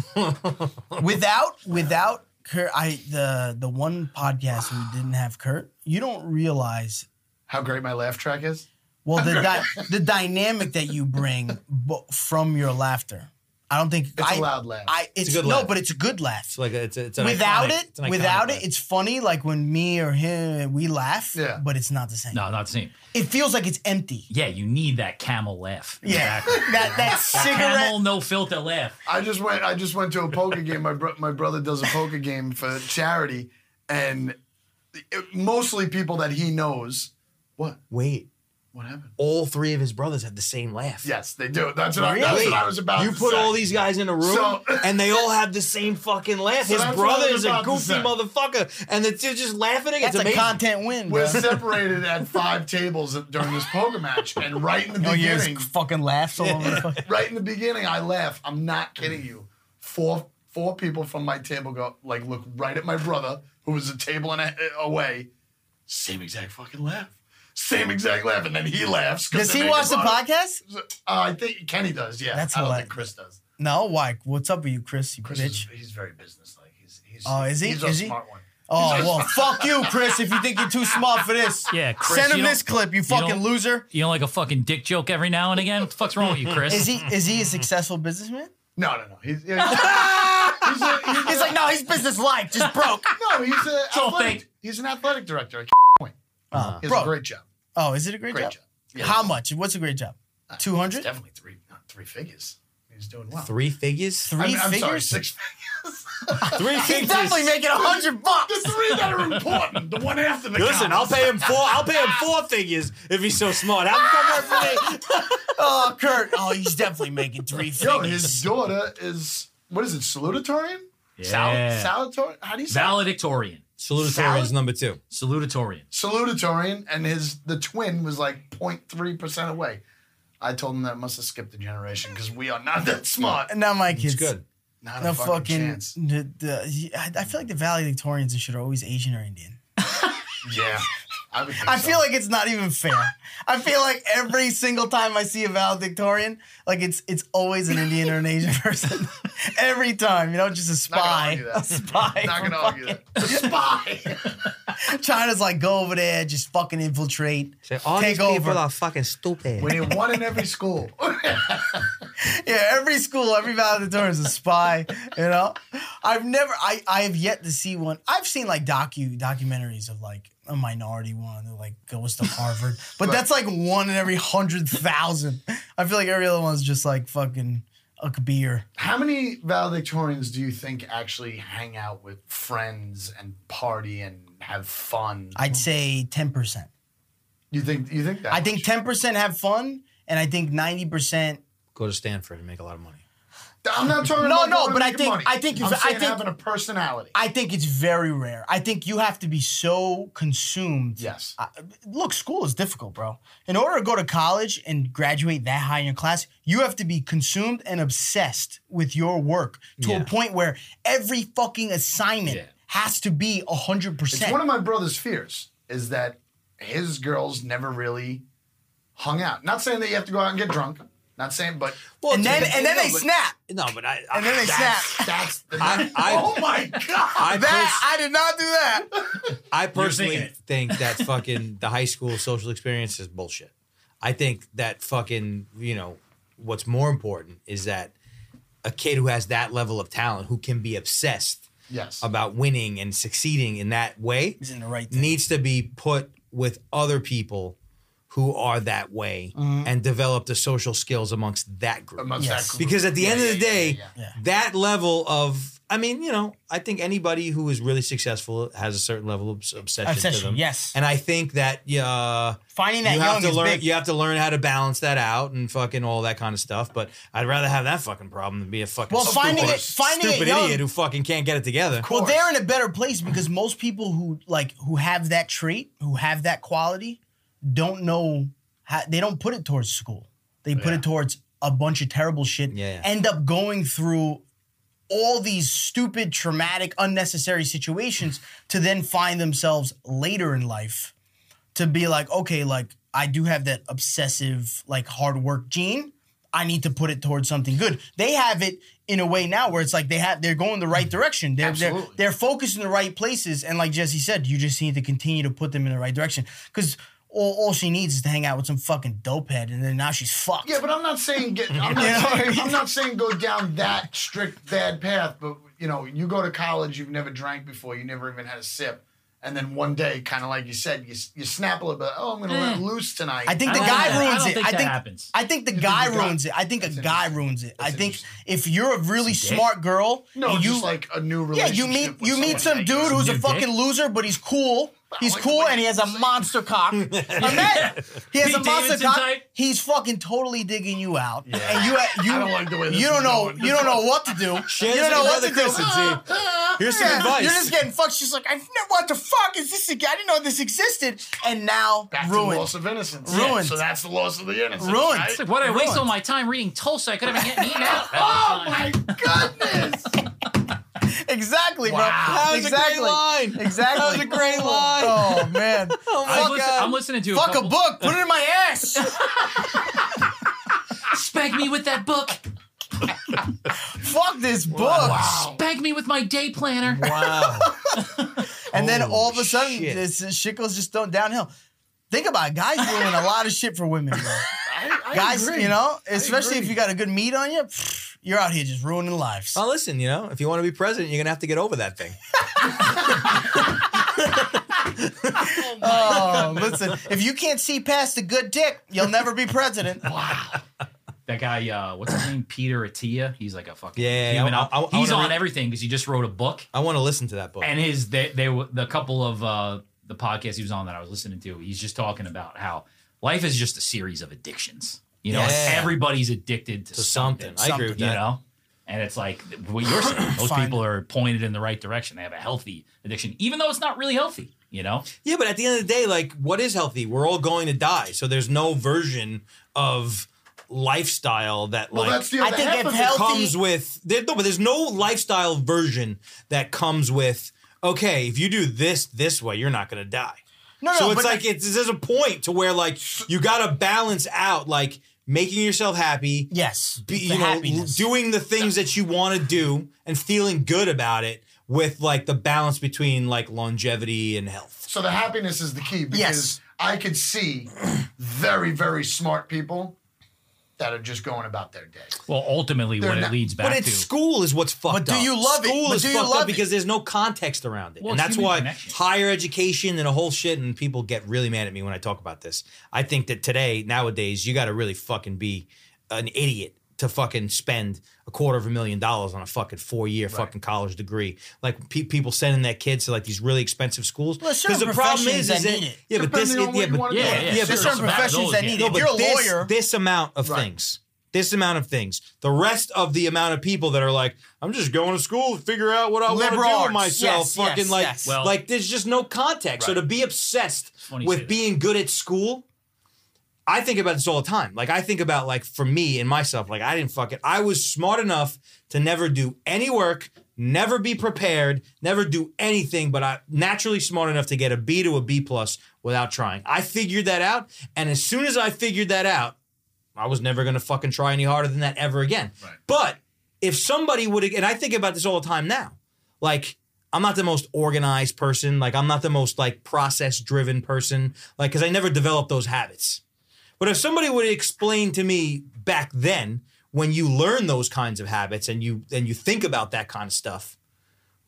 Speaker 1: without without Kurt. I the the one podcast we didn't have Kurt. You don't realize
Speaker 3: How great my laugh track is.
Speaker 1: Well, the di- the dynamic that you bring bo- from your laughter, I don't think
Speaker 3: It's
Speaker 1: I-
Speaker 3: a loud laugh.
Speaker 1: I it's,
Speaker 2: a good
Speaker 1: no,
Speaker 2: laugh.
Speaker 1: but it's a good laugh.
Speaker 2: It's like a- it's, a- it's an
Speaker 1: Without
Speaker 2: iconic-
Speaker 1: it,
Speaker 2: it's an iconic
Speaker 1: without
Speaker 2: laugh.
Speaker 1: it, it's funny. Like when me or him, we laugh.
Speaker 3: Yeah.
Speaker 1: but it's not the same.
Speaker 4: No, not the same.
Speaker 1: It feels like it's empty.
Speaker 4: Yeah, you need that camel laugh.
Speaker 1: Yeah, that that cigarette.
Speaker 4: Camel no filter laugh.
Speaker 3: I just went. I just went to a poker game. My bro- my brother does a poker game for charity, and it, mostly people that he knows. What?
Speaker 2: Wait,
Speaker 3: What happened?
Speaker 2: all three of his brothers have the same laugh.
Speaker 3: Yes, they do. That's what, I, that's
Speaker 2: Wait,
Speaker 3: what I was about.
Speaker 2: You
Speaker 3: to
Speaker 2: put
Speaker 3: say.
Speaker 2: all these guys in a room,
Speaker 3: So-
Speaker 2: and they all have the same fucking laugh.
Speaker 3: So
Speaker 2: His
Speaker 3: that's what I
Speaker 2: brother
Speaker 3: was
Speaker 2: is a
Speaker 3: about to
Speaker 2: goofy
Speaker 3: say.
Speaker 2: motherfucker, and the two just laughing. It's
Speaker 1: That's a
Speaker 2: amazing.
Speaker 1: content win.
Speaker 3: We're
Speaker 1: Bro.
Speaker 3: separated at five tables during this poker match, and right in the
Speaker 1: Oh, yours
Speaker 3: beginning,
Speaker 1: fucking laughs all over the fucking.
Speaker 3: right in the beginning, I laugh. I'm not kidding you. Four four people from my table go like look right at my brother, who was a table and a, away. Same exact fucking laugh. Same exact laugh, and then he laughs. 'cause
Speaker 1: Does
Speaker 3: they
Speaker 1: he
Speaker 3: make
Speaker 1: watch
Speaker 3: a
Speaker 1: the
Speaker 3: lot
Speaker 1: podcast?
Speaker 3: of- Uh, I think Kenny does. Yeah,
Speaker 1: That's
Speaker 3: I don't
Speaker 1: hilarious.
Speaker 3: think Chris does.
Speaker 1: No, why? What's up with you, Chris? You
Speaker 3: Chris
Speaker 1: bitch.
Speaker 3: is, he's very businesslike. He's he's
Speaker 1: Oh, is he?
Speaker 3: He's
Speaker 1: Is
Speaker 3: a
Speaker 1: he?
Speaker 3: smart one.
Speaker 1: Oh well, fuck you, Chris. If you think you're too smart for this,
Speaker 4: Yeah, Chris,
Speaker 1: send
Speaker 4: you
Speaker 1: him
Speaker 4: don't-
Speaker 1: this clip. You
Speaker 4: you
Speaker 1: fucking
Speaker 4: don't-
Speaker 1: loser.
Speaker 4: You know, like a fucking dick joke every now and again. What the fuck's wrong with you, Chris?
Speaker 1: Is he is he a successful businessman?
Speaker 3: No, no, no. He's, he's, he's, a, he's,
Speaker 1: He's like, no, he's business life, just broke.
Speaker 3: no, he's a
Speaker 4: all
Speaker 3: athletic,
Speaker 4: fake.
Speaker 3: He's an athletic director. at Point.
Speaker 1: Oh,
Speaker 3: He has
Speaker 1: broke.
Speaker 3: a great job.
Speaker 1: oh, is it a great,
Speaker 3: Great
Speaker 1: job?
Speaker 3: job. Yeah.
Speaker 1: How much? What's a great job?
Speaker 3: Uh,
Speaker 1: Two hundred?
Speaker 3: Definitely three, not three figures. He's doing well.
Speaker 2: Three figures.
Speaker 1: 3
Speaker 3: I mean, I'm
Speaker 1: figures?
Speaker 3: sorry, six figures.
Speaker 2: Three
Speaker 1: He's
Speaker 2: figures.
Speaker 1: definitely making a hundred bucks.
Speaker 3: the three that are important. The one after the.
Speaker 2: Listen, I'll
Speaker 3: counts.
Speaker 2: pay him four. I'll pay him four figures if he's so smart. Have him come work for me.
Speaker 1: Oh, Kurt. Oh, he's definitely making three
Speaker 3: Yo,
Speaker 1: figures.
Speaker 3: his daughter is what is it? Salutatorian.
Speaker 4: Yeah.
Speaker 3: Sal- salutatorian. How do you say? it?
Speaker 4: Valedictorian,
Speaker 2: Salutatorian is number two.
Speaker 4: salutatorian.
Speaker 3: salutatorian, and his the twin was like 03 percent away. I told him that must have skipped a generation because we are not that smart.
Speaker 1: and now my kids.
Speaker 2: It's good.
Speaker 3: Not
Speaker 1: No
Speaker 3: a fucking,
Speaker 1: fucking.
Speaker 3: chance.
Speaker 1: The, the, he- I, I feel like the valedictorians and shit are always Asian or Indian.
Speaker 3: Yeah, I, would think
Speaker 1: I
Speaker 3: so.
Speaker 1: feel like it's not even fair. I feel like every single time I see a valedictorian, like it's it's always an Indian or an Asian person. every time, you know, just a
Speaker 3: Not gonna
Speaker 1: spy.
Speaker 3: argue that.
Speaker 1: A spy.
Speaker 3: Not
Speaker 1: from
Speaker 3: gonna argue that. A spy.
Speaker 1: China's like, go over there, just fucking infiltrate.
Speaker 2: all
Speaker 1: Take
Speaker 2: these people
Speaker 1: over.
Speaker 2: are fucking stupid.
Speaker 3: we need one in every school.
Speaker 1: Yeah, every school, every valedictorian is a spy. You know, I've never, I, I have yet to see one. I've seen like docu documentaries of like a minority one that like goes to Harvard, but that's like one in every hundred thousand. I feel like every other one's just like fucking a beer.
Speaker 3: How many valedictorians do you think actually hang out with friends and party and have fun?
Speaker 1: I'd say ten percent.
Speaker 3: you think you think that?
Speaker 1: I think
Speaker 3: much?
Speaker 1: ten percent have fun, and I think ninety percent.
Speaker 2: Go to Stanford and make a lot of money.
Speaker 3: I'm not talking.
Speaker 1: No,
Speaker 3: about
Speaker 1: no,
Speaker 3: going to
Speaker 1: but I
Speaker 3: make
Speaker 1: think-
Speaker 3: money.
Speaker 1: I think you-
Speaker 3: I'm
Speaker 1: I
Speaker 3: saying
Speaker 1: think-
Speaker 3: having a personality.
Speaker 1: I think it's very rare. I think you have to be so consumed.
Speaker 3: yes.
Speaker 1: I- look, school is difficult, bro. In order to go to college and graduate that high in your class, you have to be consumed and obsessed with your work to a
Speaker 2: Yeah.
Speaker 1: point where every fucking assignment
Speaker 4: Yeah.
Speaker 1: has to be hundred
Speaker 3: It's one
Speaker 1: percent.
Speaker 3: of my brother's fears is that his girls never really hung out. Not saying that you have to go out and get drunk. Not saying, but
Speaker 2: Well,
Speaker 1: And then
Speaker 2: dude,
Speaker 1: and then
Speaker 2: no,
Speaker 1: they
Speaker 2: but-
Speaker 1: snap.
Speaker 2: No, but I.
Speaker 1: And then they snap.
Speaker 3: that's the.
Speaker 2: I, I,
Speaker 3: oh my god!
Speaker 2: I, pers-
Speaker 1: That I did not do that.
Speaker 2: I personally
Speaker 4: thinking
Speaker 2: think that fucking the high school social experience is bullshit. I think that fucking, you know, what's more important is that a kid who has that level of talent, who can be obsessed
Speaker 3: Yes.
Speaker 2: about winning and succeeding in that way,
Speaker 1: He's in the right thing.
Speaker 2: needs to be put with other people who are that way and develop the social skills amongst that group.
Speaker 3: Amongst
Speaker 1: Yes.
Speaker 3: that group.
Speaker 2: because at the
Speaker 3: Yeah,
Speaker 2: end of
Speaker 3: yeah,
Speaker 2: the
Speaker 3: yeah,
Speaker 2: day,
Speaker 3: yeah, yeah.
Speaker 2: that level of I mean, you know, I think anybody who is really successful has a certain level of obsession, to
Speaker 1: Obsession,
Speaker 2: them.
Speaker 1: yes.
Speaker 2: and I think that yeah,
Speaker 1: Finding that
Speaker 2: you
Speaker 1: young
Speaker 2: have to
Speaker 1: is
Speaker 2: learn
Speaker 1: big.
Speaker 2: you have to learn how to balance that out and fucking all that kind of stuff. But I'd rather have that fucking problem than be a fucking
Speaker 1: Well, finding
Speaker 2: stupid,
Speaker 1: it- finding it
Speaker 2: stupid
Speaker 1: young-
Speaker 2: idiot who fucking can't get it together.
Speaker 1: Well, they're in a better place because most people who like who have that trait, who have that quality, don't know how they don't put it towards school. They put it towards a bunch of terrible shit.
Speaker 2: Yeah, yeah.
Speaker 1: End up going through all these stupid, traumatic, unnecessary situations to then find themselves later in life to be like, okay, like I do have that obsessive, like hard work gene. I need to put it towards something good. They have it in a way now where it's like they have they're going the right direction. They're they're,
Speaker 3: Absolutely.
Speaker 1: they're focused in the right places. And like Jesse said, you just need to continue to put them in the right direction. Cause all, all she needs is to hang out with some fucking dope head and then now she's fucked.
Speaker 3: Yeah, but I'm not saying get. I'm not,
Speaker 1: You know what I
Speaker 3: saying,
Speaker 1: mean?
Speaker 3: I'm not saying go down that strict bad path. But you know, you go to college, you've never drank before, you never even had a sip, and then one day, kind of like you said, you you snap a little bit. Oh, I'm gonna let loose tonight.
Speaker 1: Mm. I think
Speaker 4: I
Speaker 1: the
Speaker 4: don't
Speaker 1: guy
Speaker 4: think that- I
Speaker 1: ruins
Speaker 4: don't
Speaker 1: it.
Speaker 4: think
Speaker 1: I
Speaker 4: that
Speaker 1: think
Speaker 4: happens.
Speaker 1: I think the
Speaker 3: think
Speaker 1: guy
Speaker 3: the guy-
Speaker 1: ruins it. I think a
Speaker 3: That's
Speaker 1: guy
Speaker 3: interesting.
Speaker 1: ruins it. I
Speaker 3: That's
Speaker 1: think
Speaker 3: interesting.
Speaker 1: if you're a really
Speaker 4: dick?
Speaker 1: smart girl,
Speaker 3: no,
Speaker 1: and you
Speaker 3: just like a new
Speaker 1: yeah,
Speaker 3: relationship.
Speaker 1: you meet
Speaker 3: with
Speaker 1: you meet some
Speaker 3: someone, I guess.
Speaker 1: dude who's a
Speaker 4: New dick?
Speaker 1: fucking loser, but he's cool. He's
Speaker 3: like the
Speaker 1: cool
Speaker 3: way
Speaker 1: and he has a
Speaker 3: you say
Speaker 1: monster cock. Imagine he has
Speaker 4: Pete
Speaker 1: a monster
Speaker 4: Davidson
Speaker 1: cock.
Speaker 4: type?
Speaker 1: He's fucking totally digging you out, and you uh, you
Speaker 3: I don't like the way this
Speaker 1: you
Speaker 3: is
Speaker 1: don't know
Speaker 3: going.
Speaker 1: you don't know what to do. you don't know what to do.
Speaker 2: Here's some
Speaker 1: Yeah,
Speaker 2: advice.
Speaker 1: You're just getting fucked. She's like, I've never. What the fuck is this? Again? I didn't know this existed, and now
Speaker 3: That's the
Speaker 1: ruined.
Speaker 3: loss of innocence.
Speaker 1: Ruined.
Speaker 3: So that's the loss of the innocence.
Speaker 1: Ruined.
Speaker 3: right?
Speaker 4: It's like, what I waste
Speaker 1: Ruined.
Speaker 4: all my time reading Tulsa? I could have been getting eaten out.
Speaker 3: Oh my goodness!
Speaker 1: Exactly, bro.
Speaker 3: Wow.
Speaker 2: That was a great
Speaker 1: exactly.
Speaker 2: line.
Speaker 1: Exactly.
Speaker 2: That was a great line.
Speaker 1: Oh man.
Speaker 4: I was
Speaker 1: fuck,
Speaker 4: listen-
Speaker 1: uh,
Speaker 4: I'm listening to
Speaker 1: fuck
Speaker 4: a,
Speaker 1: a
Speaker 4: couple,
Speaker 1: book. Put it in my ass.
Speaker 4: Spank me with that book.
Speaker 1: fuck this book.
Speaker 4: Spank me with my day planner.
Speaker 2: Wow.
Speaker 1: And then
Speaker 2: Holy
Speaker 1: all of a sudden,
Speaker 2: Oh, shit.
Speaker 1: this this shit goes just do- downhill. Think about it. Guys doing a lot of shit for women, bro.
Speaker 3: I, I
Speaker 1: Guys,
Speaker 3: agree.
Speaker 1: you know, especially if
Speaker 3: agree.
Speaker 1: you got a good meat on you, pfft, you're out here just ruining lives.
Speaker 2: Well, listen, you know, if you want to be president, you're gonna have to get over that thing.
Speaker 1: Oh, listen, if you can't see past the good dick, you'll never be president.
Speaker 4: That guy, uh, what's his name? Peter Attia. He's like a fucking
Speaker 2: Yeah, yeah,
Speaker 4: human
Speaker 2: I- I-
Speaker 4: op-
Speaker 2: I- I
Speaker 4: He's
Speaker 2: wanna
Speaker 4: on
Speaker 2: read-
Speaker 4: everything because he just wrote a book.
Speaker 2: I want to listen to that book.
Speaker 4: And his they they were the couple of uh, the podcasts he was on that I was listening to. He's just talking about how life is just a series of addictions. You know,
Speaker 2: Yeah.
Speaker 4: everybody's addicted to,
Speaker 2: To
Speaker 4: something.
Speaker 2: something. I agree with
Speaker 4: you
Speaker 2: that.
Speaker 4: know. And it's like what you're saying. Those
Speaker 1: Fine.
Speaker 4: people are pointed in the right direction. They have a healthy addiction, even though it's not really healthy. You know,
Speaker 2: Yeah, but at the end of the day, like, what is healthy? We're all going to die, so there's no version of lifestyle that
Speaker 3: Well,
Speaker 2: like
Speaker 3: that's the
Speaker 1: I
Speaker 3: other
Speaker 1: think
Speaker 3: half
Speaker 1: if
Speaker 3: of it.
Speaker 1: health-
Speaker 2: comes with. There, no, but there's no lifestyle version that comes with. Okay, if you do this this way, you're not gonna die.
Speaker 1: No, no,
Speaker 2: so
Speaker 1: but
Speaker 2: it's like it's, there's a point to where like you gotta balance out like making yourself happy,
Speaker 1: yes,
Speaker 2: be,
Speaker 1: it's the
Speaker 2: you know,
Speaker 1: happiness.
Speaker 2: doing the things that you want to do and feeling good about it with like the balance between like longevity and health.
Speaker 3: So the happiness is the key because
Speaker 1: Yes.
Speaker 3: I could see very, very smart people that are just going about their day.
Speaker 4: well, ultimately, what
Speaker 3: not-
Speaker 4: it leads back
Speaker 2: But it's
Speaker 4: to
Speaker 2: school is what's fucked up.
Speaker 1: do you love it?
Speaker 2: School
Speaker 1: But
Speaker 2: is
Speaker 1: do you
Speaker 2: fucked
Speaker 1: love
Speaker 2: up
Speaker 1: it?
Speaker 2: because there's no context around it,
Speaker 4: Well,
Speaker 2: and
Speaker 4: it's
Speaker 2: that's
Speaker 4: human
Speaker 2: why
Speaker 4: connection.
Speaker 2: higher education and a whole shit. And people get really mad at me when I talk about this. I think that today, nowadays, you got to really fucking be an idiot to fucking spend a quarter of a million dollars on a fucking four year fucking college degree. Like pe- people sending their kids to like these really expensive schools.
Speaker 1: Well, certain professions that need it.
Speaker 2: yeah, but this,
Speaker 3: Depending on what
Speaker 2: yeah,
Speaker 3: you
Speaker 2: but
Speaker 3: wanna
Speaker 4: do. Yeah, yeah,
Speaker 2: yeah,
Speaker 4: sure.
Speaker 2: but
Speaker 1: There's certain
Speaker 4: Those are
Speaker 1: professions that
Speaker 4: bad.
Speaker 1: need
Speaker 4: No,
Speaker 1: it. If
Speaker 2: but
Speaker 1: you're a
Speaker 2: this,
Speaker 1: lawyer,
Speaker 2: This amount of
Speaker 3: Right.
Speaker 2: things. This amount of things. The rest of the amount of people that are like, I'm just going to school to figure out what I want to
Speaker 1: Liberal
Speaker 2: do with
Speaker 1: arts.
Speaker 2: myself.
Speaker 1: Yes,
Speaker 2: Fucking
Speaker 1: yes,
Speaker 2: like,
Speaker 1: yes.
Speaker 4: Well-
Speaker 2: like there's just no context. So
Speaker 4: Right.
Speaker 2: to be obsessed
Speaker 4: funny you
Speaker 2: with
Speaker 4: say that.
Speaker 2: being good at school, I think about this all the time. Like I think about like for me and myself, like I didn't fuck it. I was smart enough to never do any work, never be prepared, never do anything, but I naturally smart enough to get a B to a B plus without trying. I figured that out, and as soon as I figured that out, I was never gonna fucking try any harder than that ever again. But if somebody would, and I think about this all the time now, like I'm not the most organized person, like I'm not the most like process driven person, like because I never developed those habits. But if somebody would explain to me back then when you learn those kinds of habits and you and you think about that kind of stuff,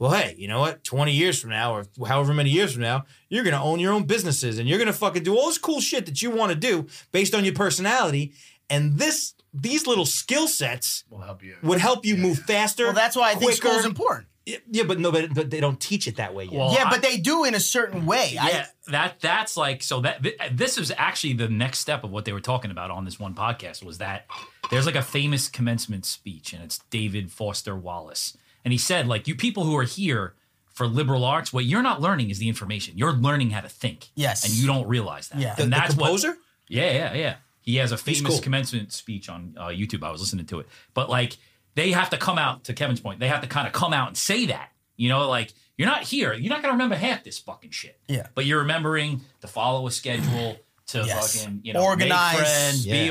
Speaker 2: well, hey, you know what? 20 years from now, or however many years from now, you're going to own your own businesses and you're going to fucking do all this cool shit that you want to do based on your personality. And this, these little skill sets
Speaker 3: We'll help you.
Speaker 2: would help you move faster.
Speaker 1: Well, that's why I think
Speaker 2: quicker.
Speaker 1: school's important.
Speaker 2: Yeah, but no, but, but they don't teach it that way yet.
Speaker 4: Well,
Speaker 1: yeah,
Speaker 4: I-
Speaker 1: but they do in a certain way. I,
Speaker 4: yeah, that that's like so that th- this is actually the next step of what they were talking about on this one podcast was that there's like a famous commencement speech and it's David Foster Wallace and he said like you people who are here for liberal arts what you're not learning is the information you're learning how to think
Speaker 1: Yes.
Speaker 4: and you don't realize that
Speaker 1: Yeah.
Speaker 4: and
Speaker 2: the
Speaker 4: that's what
Speaker 2: composer.
Speaker 4: yeah, yeah, yeah. He has a famous
Speaker 2: cool.
Speaker 4: commencement speech on uh, YouTube. I was listening to it, but like they have to come out to Kevin's point. They have to kind of come out and say that. You know, like you're not here. You're not gonna remember half this fucking shit.
Speaker 1: Yeah.
Speaker 4: But you're remembering to follow a schedule. To
Speaker 1: Yes.
Speaker 4: fucking you know,
Speaker 1: Organize.
Speaker 4: make friends, be
Speaker 2: Yeah.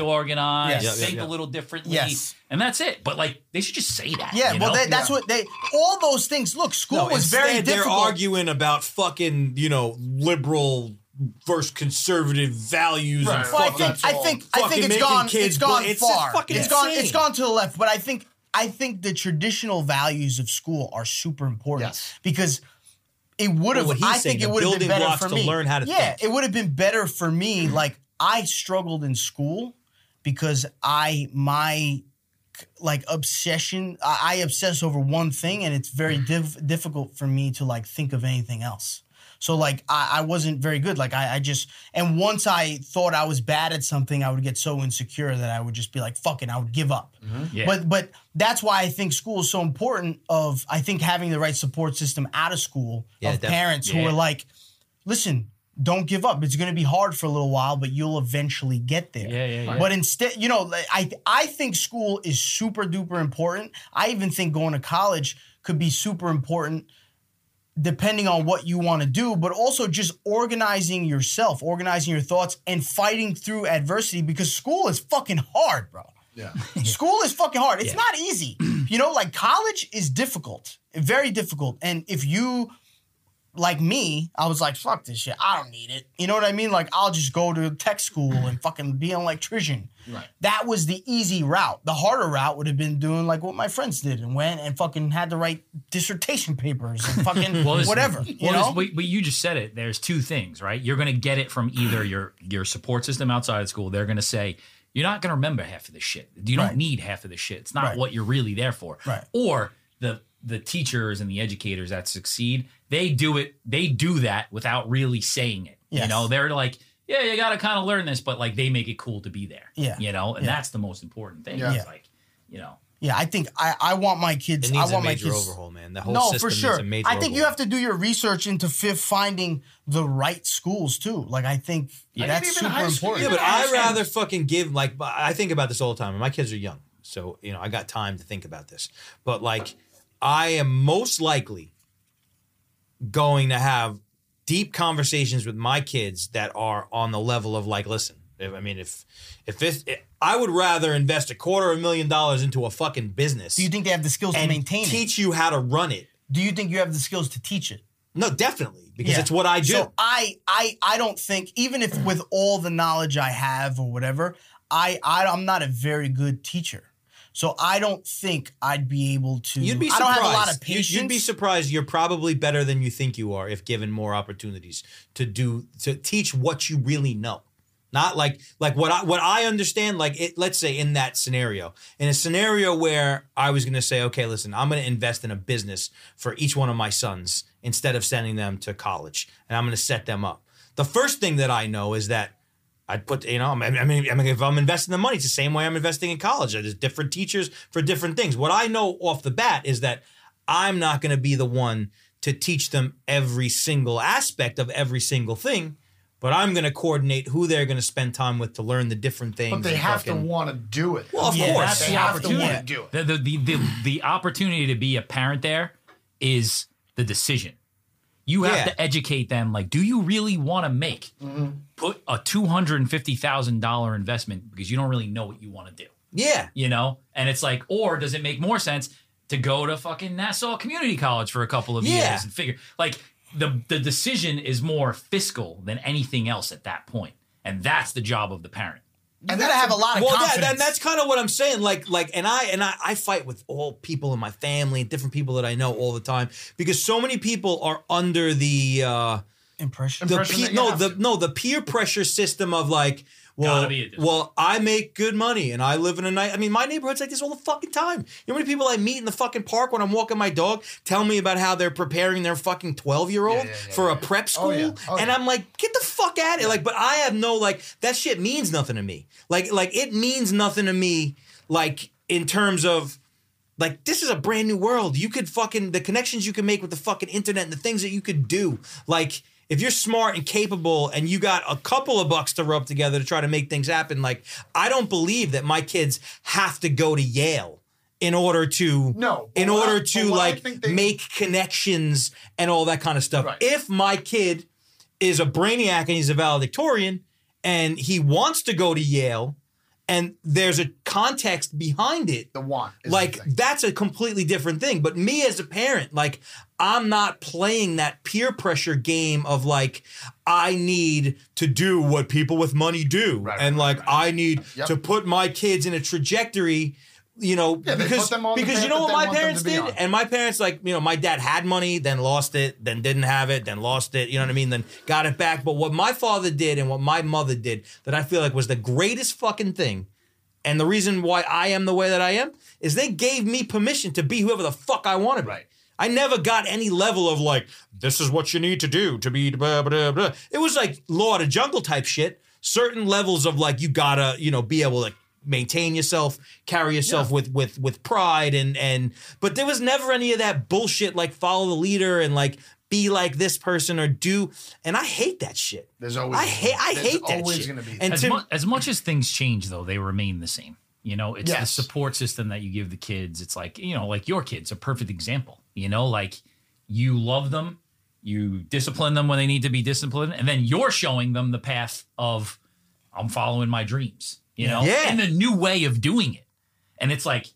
Speaker 1: Yes.
Speaker 4: organized,
Speaker 1: Yeah,
Speaker 2: yeah,
Speaker 4: think
Speaker 2: yeah.
Speaker 4: a little differently,
Speaker 1: Yes.
Speaker 4: and that's it. But like, they should just say that.
Speaker 1: yeah,
Speaker 4: you
Speaker 1: well,
Speaker 4: know?
Speaker 1: that, that's what they. All those things. Look, school
Speaker 2: No,
Speaker 1: was very
Speaker 2: instead
Speaker 1: difficult.
Speaker 2: They're arguing about fucking, you know, liberal versus conservative values and
Speaker 3: Right.
Speaker 1: Well, I
Speaker 2: fucking.
Speaker 1: think I think I
Speaker 2: Fucking
Speaker 1: think it's
Speaker 2: making
Speaker 1: gone.
Speaker 2: kids
Speaker 1: It's gone
Speaker 2: bl- it's
Speaker 1: far.
Speaker 2: fucking
Speaker 1: it's gone.
Speaker 2: insane.
Speaker 1: It's gone to the left. But I think I think the traditional values of school are super important
Speaker 3: Yes.
Speaker 1: because it would have.
Speaker 2: Well, what he's
Speaker 1: I
Speaker 2: saying,
Speaker 1: think
Speaker 2: the
Speaker 1: it would have been
Speaker 2: building
Speaker 1: better
Speaker 2: blocks
Speaker 1: for
Speaker 2: to
Speaker 1: me.
Speaker 2: learn how to
Speaker 1: yeah,
Speaker 2: think.
Speaker 1: it would have been better for me. Like I struggled in school because I my like obsession. I, I obsess over one thing, and it's very diff- difficult for me to like think of anything else. So like I, I wasn't very good. Like I, I just and once I thought I was bad at something, I would get so insecure that I would just be like, "Fucking," I would give up.
Speaker 4: Yeah.
Speaker 1: But but that's why I think school is so important. Of I think having the right support system out of school
Speaker 2: Yeah,
Speaker 1: of
Speaker 2: def-
Speaker 1: parents who
Speaker 4: yeah.
Speaker 1: are like, "Listen, don't give up. It's going to be hard for a little while, but you'll eventually get there."
Speaker 4: Yeah, yeah, yeah.
Speaker 1: But instead, you know, like, I I think school is super duper important. I even think going to college could be super important depending on what you want to do, but also just organizing yourself, organizing your thoughts and fighting through adversity because school is fucking hard, bro.
Speaker 3: Yeah.
Speaker 1: School is fucking hard. It's not easy. You know, like college is difficult, very difficult. And if you, like me, I was like, fuck this shit. I don't need it. You know what I mean? Like, I'll just go to tech school
Speaker 2: Mm-hmm.
Speaker 1: and fucking be an electrician. Right. That was the easy route. The harder route would have been doing like what my friends did and went and fucking had to write dissertation papers and fucking
Speaker 4: listen,
Speaker 1: whatever. You
Speaker 4: well,
Speaker 1: know?
Speaker 4: this- but- but you just said it. There's two things, right? You're going to get it from either your your support system outside of school. They're going to say you're not going to remember half of this shit. You don't
Speaker 1: Right.
Speaker 4: need half of this shit. It's not
Speaker 1: Right.
Speaker 4: what you're really there for.
Speaker 1: Right.
Speaker 4: Or the the teachers and the educators that succeed, they do it. They do that without really saying it. You
Speaker 1: Yes.
Speaker 4: know, they're like, yeah, you got to kind of learn this, but like they make it cool to be there.
Speaker 1: Yeah.
Speaker 4: You know, and
Speaker 1: Yeah.
Speaker 4: that's the most important thing.
Speaker 3: Yeah.
Speaker 4: It's
Speaker 1: Yeah.
Speaker 4: like, you know.
Speaker 1: yeah, I think I, I want my kids.
Speaker 2: It needs
Speaker 1: I
Speaker 2: a
Speaker 1: want
Speaker 2: major
Speaker 1: my kids.
Speaker 2: overhaul, man. The whole
Speaker 1: no,
Speaker 2: system
Speaker 1: for sure.
Speaker 2: needs a major
Speaker 1: I think you
Speaker 2: overhaul.
Speaker 1: have to do your research into fif- finding the right schools too. Like I think that's
Speaker 3: even
Speaker 1: super
Speaker 3: high school,
Speaker 1: important.
Speaker 2: Yeah, but
Speaker 3: I
Speaker 2: I
Speaker 3: understand.
Speaker 2: rather fucking give like I think about this all the time. and My kids are young, so you know I got time to think about this. But like, I am most likely going to have deep conversations with my kids that are on the level of like, listen. If, I mean, if if this, eh, I would rather invest a quarter of a million dollars into a fucking business
Speaker 1: Do you think they have the skills to
Speaker 2: and
Speaker 1: maintain it?
Speaker 2: teach you how to run it.
Speaker 1: Do you think you have the skills to teach it?
Speaker 2: No, definitely because it's what I do.
Speaker 1: So I, I, I don't think even if with all the knowledge I have or whatever, I, I I'm not a very good teacher. So I don't think I'd be able to.
Speaker 2: You'd be
Speaker 1: I
Speaker 2: surprised.
Speaker 1: don't have a lot of
Speaker 2: You-
Speaker 1: patience.
Speaker 2: You'd be surprised. You're probably better than you think you are if given more opportunities to do to teach what you really know. Not like like what I what I understand. Like it, let's say in that scenario, in a scenario where I was going to say, okay, listen, I'm going to invest in a business for each one of my sons instead of sending them to college, and I'm going to set them up. The first thing that I know is that I'd put, you know, I mean, I mean, I mean, if I'm investing the money, it's the same way I'm investing in college. There's different teachers for different things. What I know off the bat is that I'm not going to be the one to teach them every single aspect of every single thing, but I'm going to coordinate who they're going to spend time with to learn the different things.
Speaker 3: But they
Speaker 2: and
Speaker 3: have to
Speaker 2: fucking-
Speaker 3: want to do it.
Speaker 2: Well, of
Speaker 1: Yeah,
Speaker 2: course.
Speaker 4: that's
Speaker 3: they
Speaker 4: the
Speaker 3: have to
Speaker 4: opportunity.
Speaker 3: want to do it.
Speaker 4: The, the, the, the, the opportunity to be a parent there is the decision. You have
Speaker 2: Yeah.
Speaker 4: to educate them. Like, do you really want to make
Speaker 3: Mm-hmm.
Speaker 4: put a two hundred and fifty thousand dollar investment because you don't really know what you want to do?
Speaker 2: yeah.
Speaker 4: You know, and it's like, or does it make more sense to go to fucking Nassau Community College for a couple of
Speaker 2: Yeah.
Speaker 4: years and figure like the the decision is more fiscal than anything else at that point, and that's the job of the parent.
Speaker 1: You gotta have a lot of
Speaker 2: well, that,
Speaker 1: confidence.
Speaker 2: that, that's kind of what I'm saying. Like, like, and I and I, I fight with all people in my family, different people that I know all the time, because so many people are under the uh,
Speaker 1: impression.
Speaker 2: the
Speaker 3: Impression
Speaker 2: pe-
Speaker 3: that you
Speaker 2: no
Speaker 3: have
Speaker 2: the
Speaker 3: to.
Speaker 2: no the peer pressure system of like, well,
Speaker 4: Gotta be a different-
Speaker 2: well, I make good money and I live in a night. I mean, my neighborhood's like this all the fucking time. You know how many people I meet in the fucking park when I'm walking my dog tell me about how they're preparing their fucking twelve year old
Speaker 3: Yeah, yeah, yeah,
Speaker 2: for a
Speaker 3: yeah.
Speaker 2: prep school,
Speaker 3: Oh, yeah. Oh,
Speaker 2: and
Speaker 3: yeah.
Speaker 2: I'm like, get the fuck out of it. Like, but I have no like that shit means nothing to me. Like, like it means nothing to me. Like in terms of like this is a brand new world. You could fucking the connections you can make with the fucking internet and the things that you could do. Like if you're smart and capable and you got a couple of bucks to rub together to try to make things happen, like I don't believe that my kids have to go to Yale in order to
Speaker 3: No, but
Speaker 2: in
Speaker 3: what I-
Speaker 2: order
Speaker 3: but
Speaker 2: to
Speaker 3: what I
Speaker 2: like
Speaker 3: think they-
Speaker 2: make connections and all that kind of stuff.
Speaker 3: Right.
Speaker 2: If my kid is a brainiac and he's a valedictorian and he wants to go to Yale and there's a context behind it
Speaker 3: The want. Is
Speaker 2: like
Speaker 3: the thing.
Speaker 2: that's a completely different thing but me as a parent like i'm not playing that peer pressure game of like i need to do what people with money do
Speaker 3: Right,
Speaker 2: and
Speaker 3: right,
Speaker 2: like i need
Speaker 3: Yep.
Speaker 2: to put my kids in a trajectory you know
Speaker 3: Yeah, they put
Speaker 2: because
Speaker 3: them on the
Speaker 2: because you
Speaker 3: path
Speaker 2: know what
Speaker 3: that they
Speaker 2: my
Speaker 3: want them
Speaker 2: parents
Speaker 3: to be
Speaker 2: did
Speaker 3: on.
Speaker 2: and my parents like you know my dad had money then lost it then didn't have it then lost it you know what i mean then got it back but what my father did and what my mother did that i feel like was the greatest fucking thing and the reason why I am the way that I am is they gave me permission to be whoever the fuck I wanted.
Speaker 3: Right.
Speaker 2: I never got any level of like, this is what you need to do to be. Blah, blah, blah. It was like law to jungle type shit. Certain levels of like you gotta, you know, be able to maintain yourself, carry yourself with with with pride and and but there was never any of that bullshit like follow the leader and like be like this person or do and I hate that shit.
Speaker 3: There's always
Speaker 2: I hate I
Speaker 3: there's
Speaker 2: hate that
Speaker 3: always
Speaker 2: shit.
Speaker 3: gonna be that.
Speaker 2: and
Speaker 4: as,
Speaker 2: to,
Speaker 4: mu- as much as things change though they remain the same you know it's
Speaker 3: Yes.
Speaker 4: the support system that you give the kids it's like you know like your kids a perfect example you know like you love them you discipline them when they need to be disciplined and then you're showing them the path of i'm following my dreams you know
Speaker 2: Yeah.
Speaker 4: and the new way of doing it and it's like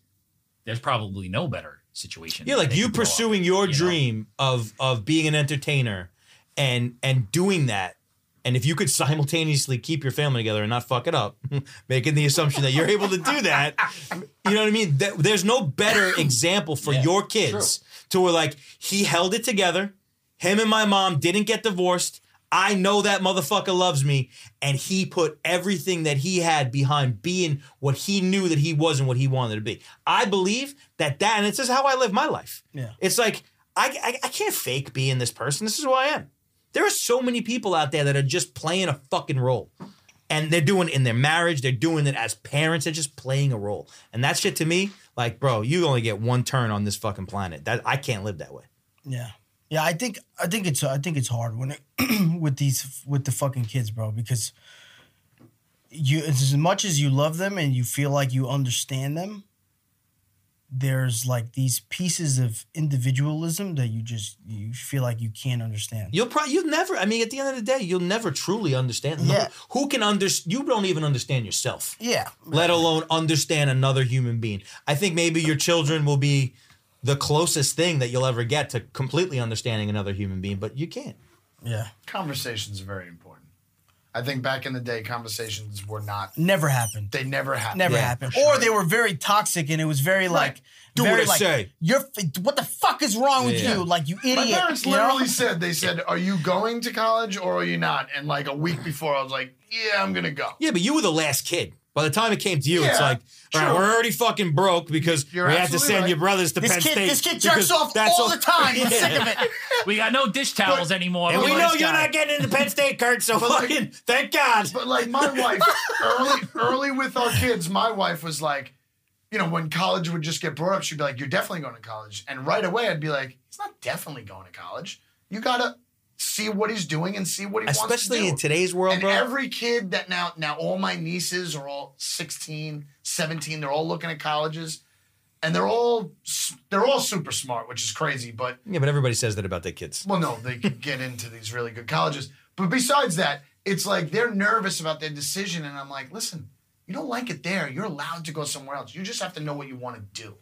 Speaker 4: there's probably no better situation
Speaker 2: Yeah,
Speaker 4: that
Speaker 2: like
Speaker 4: they
Speaker 2: you
Speaker 4: could grow up
Speaker 2: pursuing
Speaker 4: in,
Speaker 2: your
Speaker 4: you know?
Speaker 2: dream of of being an entertainer and and doing that. And if you could simultaneously keep your family together and not fuck it up, making the assumption that you're able to do that, you know what I mean? Th- There's no better example for your kids to where like he held it together. Him and my mom didn't get divorced. I know that motherfucker loves me. And he put everything that he had behind being what he knew that he was and what he wanted to be. I believe that that, and it's just how I live my life.
Speaker 1: Yeah.
Speaker 2: It's like, I, I, I can't fake being this person. This is who I am. There are so many people out there that are just playing a fucking role. And they're doing it in their marriage. They're doing it as parents. They're just playing a role. And that shit to me, like, bro, you only get one turn on this fucking planet. That I can't live that way.
Speaker 1: Yeah, yeah. I think I think it's I think it's hard when it, with these with the fucking kids, bro, because you it's as much as you love them and you feel like you understand them. There's like these pieces of individualism that you just you feel like you can't understand.
Speaker 2: You'll probably you'll never. I mean, at the end of the day, you'll never truly understand. them.
Speaker 1: Yeah.
Speaker 2: Who can understand? You don't even understand yourself,
Speaker 1: Yeah,
Speaker 2: let alone understand another human being. I think maybe your children will be the closest thing that you'll ever get to completely understanding another human being, but you can't.
Speaker 1: yeah.
Speaker 3: Conversations are very important. I think back in the day, conversations were not.
Speaker 1: Never happened.
Speaker 3: They never happened.
Speaker 1: Never
Speaker 2: Yeah,
Speaker 1: happened.
Speaker 3: for sure.
Speaker 1: Or they were very toxic and it was very like.
Speaker 2: Do
Speaker 1: very
Speaker 2: what I
Speaker 1: like,
Speaker 2: say.
Speaker 1: You're f- what the fuck is wrong with
Speaker 2: Yeah.
Speaker 1: you? Like you idiot.
Speaker 3: My parents
Speaker 1: you know?
Speaker 3: literally said, they said, Are you going to college or are you not? And like a week before, I was like, Yeah, I'm going to go.
Speaker 2: Yeah, but you were the last kid. By the time it came to you, it's
Speaker 3: Yeah,
Speaker 2: like, all right,
Speaker 3: true.
Speaker 2: we're already fucking broke because
Speaker 3: You're
Speaker 2: we had to
Speaker 3: absolutely
Speaker 2: send
Speaker 3: right.
Speaker 2: your brothers to
Speaker 1: This
Speaker 2: Penn
Speaker 1: kid,
Speaker 2: State.
Speaker 1: this kid jerks
Speaker 2: because
Speaker 1: off
Speaker 2: that's
Speaker 1: all the time. I'm sick of it.
Speaker 4: we got no dish towels anymore
Speaker 2: And we
Speaker 4: We're
Speaker 2: know
Speaker 4: this
Speaker 2: you're
Speaker 4: guy.
Speaker 2: not getting into Penn State, Kurt. So
Speaker 3: like-
Speaker 2: fucking thank God.
Speaker 3: But like my wife, early, early with our kids, my wife was like, you know, when college would just get brought up, she'd be like, "You're definitely going to college," and right away I'd be like, "He's not definitely going to college. You gotta see what he's doing and see what he wants to do."
Speaker 2: Especially in today's world,
Speaker 3: and
Speaker 2: bro.
Speaker 3: every kid that now now all my nieces are all 16 17 they're all looking at colleges and they're all s- they're all super smart which is crazy but
Speaker 2: Yeah, but everybody says that about their kids.
Speaker 3: well, no, they could get into these really good colleges. But besides that, it's like they're nervous about their decision. And I'm like, listen, you don't like it there. You're allowed to go somewhere else. You just have to know what you want to do.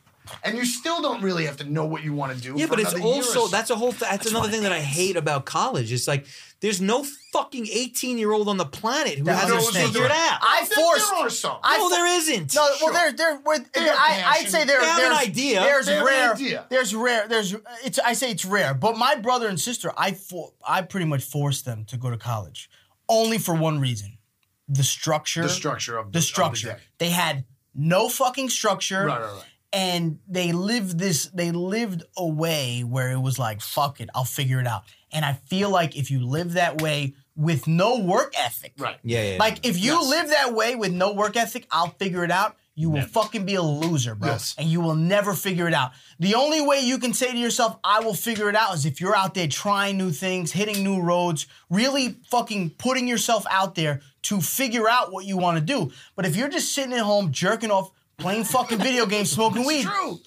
Speaker 3: and you still don't really have to know what you want to do.
Speaker 2: Yeah,
Speaker 3: for
Speaker 2: but it's
Speaker 3: another year or
Speaker 2: also
Speaker 3: so.
Speaker 2: that's a whole. Th- that's another thing that I hate about college. It's like there's no fucking eighteen year old on the planet who
Speaker 1: That
Speaker 2: hasn't
Speaker 1: knows what
Speaker 2: figured
Speaker 1: they're
Speaker 2: it out.
Speaker 3: I
Speaker 1: I forced-
Speaker 3: There are some.
Speaker 1: I-
Speaker 2: no,
Speaker 1: fu-
Speaker 2: there isn't.
Speaker 1: No, well, there, there, where-
Speaker 3: have
Speaker 1: I, I'd
Speaker 3: passion.
Speaker 1: say there,
Speaker 2: They have an
Speaker 1: there's,
Speaker 2: idea.
Speaker 1: there's
Speaker 3: They have an
Speaker 1: rare,
Speaker 3: idea.
Speaker 1: there's rare, there's, it's, I say it's rare, but my brother and sister, I, for, I pretty much forced them to go to college only for one reason. The structure,
Speaker 3: the structure of
Speaker 1: the
Speaker 3: of
Speaker 1: structure.
Speaker 3: day.
Speaker 1: they had no fucking structure.
Speaker 3: Right, right, right.
Speaker 1: and they lived this they lived a way where it was like fuck it i'll figure it out and i feel like if you live that way with no work ethic
Speaker 3: Right.
Speaker 2: yeah, yeah, yeah.
Speaker 1: like if you
Speaker 3: Yes.
Speaker 1: live that way with no work ethic i'll figure it out you will fucking be a loser bro
Speaker 3: Yes.
Speaker 1: and you will never figure it out the only way you can say to yourself i will figure it out is if you're out there trying new things hitting new roads really fucking putting yourself out there to figure out what you want to do but if you're just sitting at home jerking off playing fucking video games smoking weed
Speaker 3: True.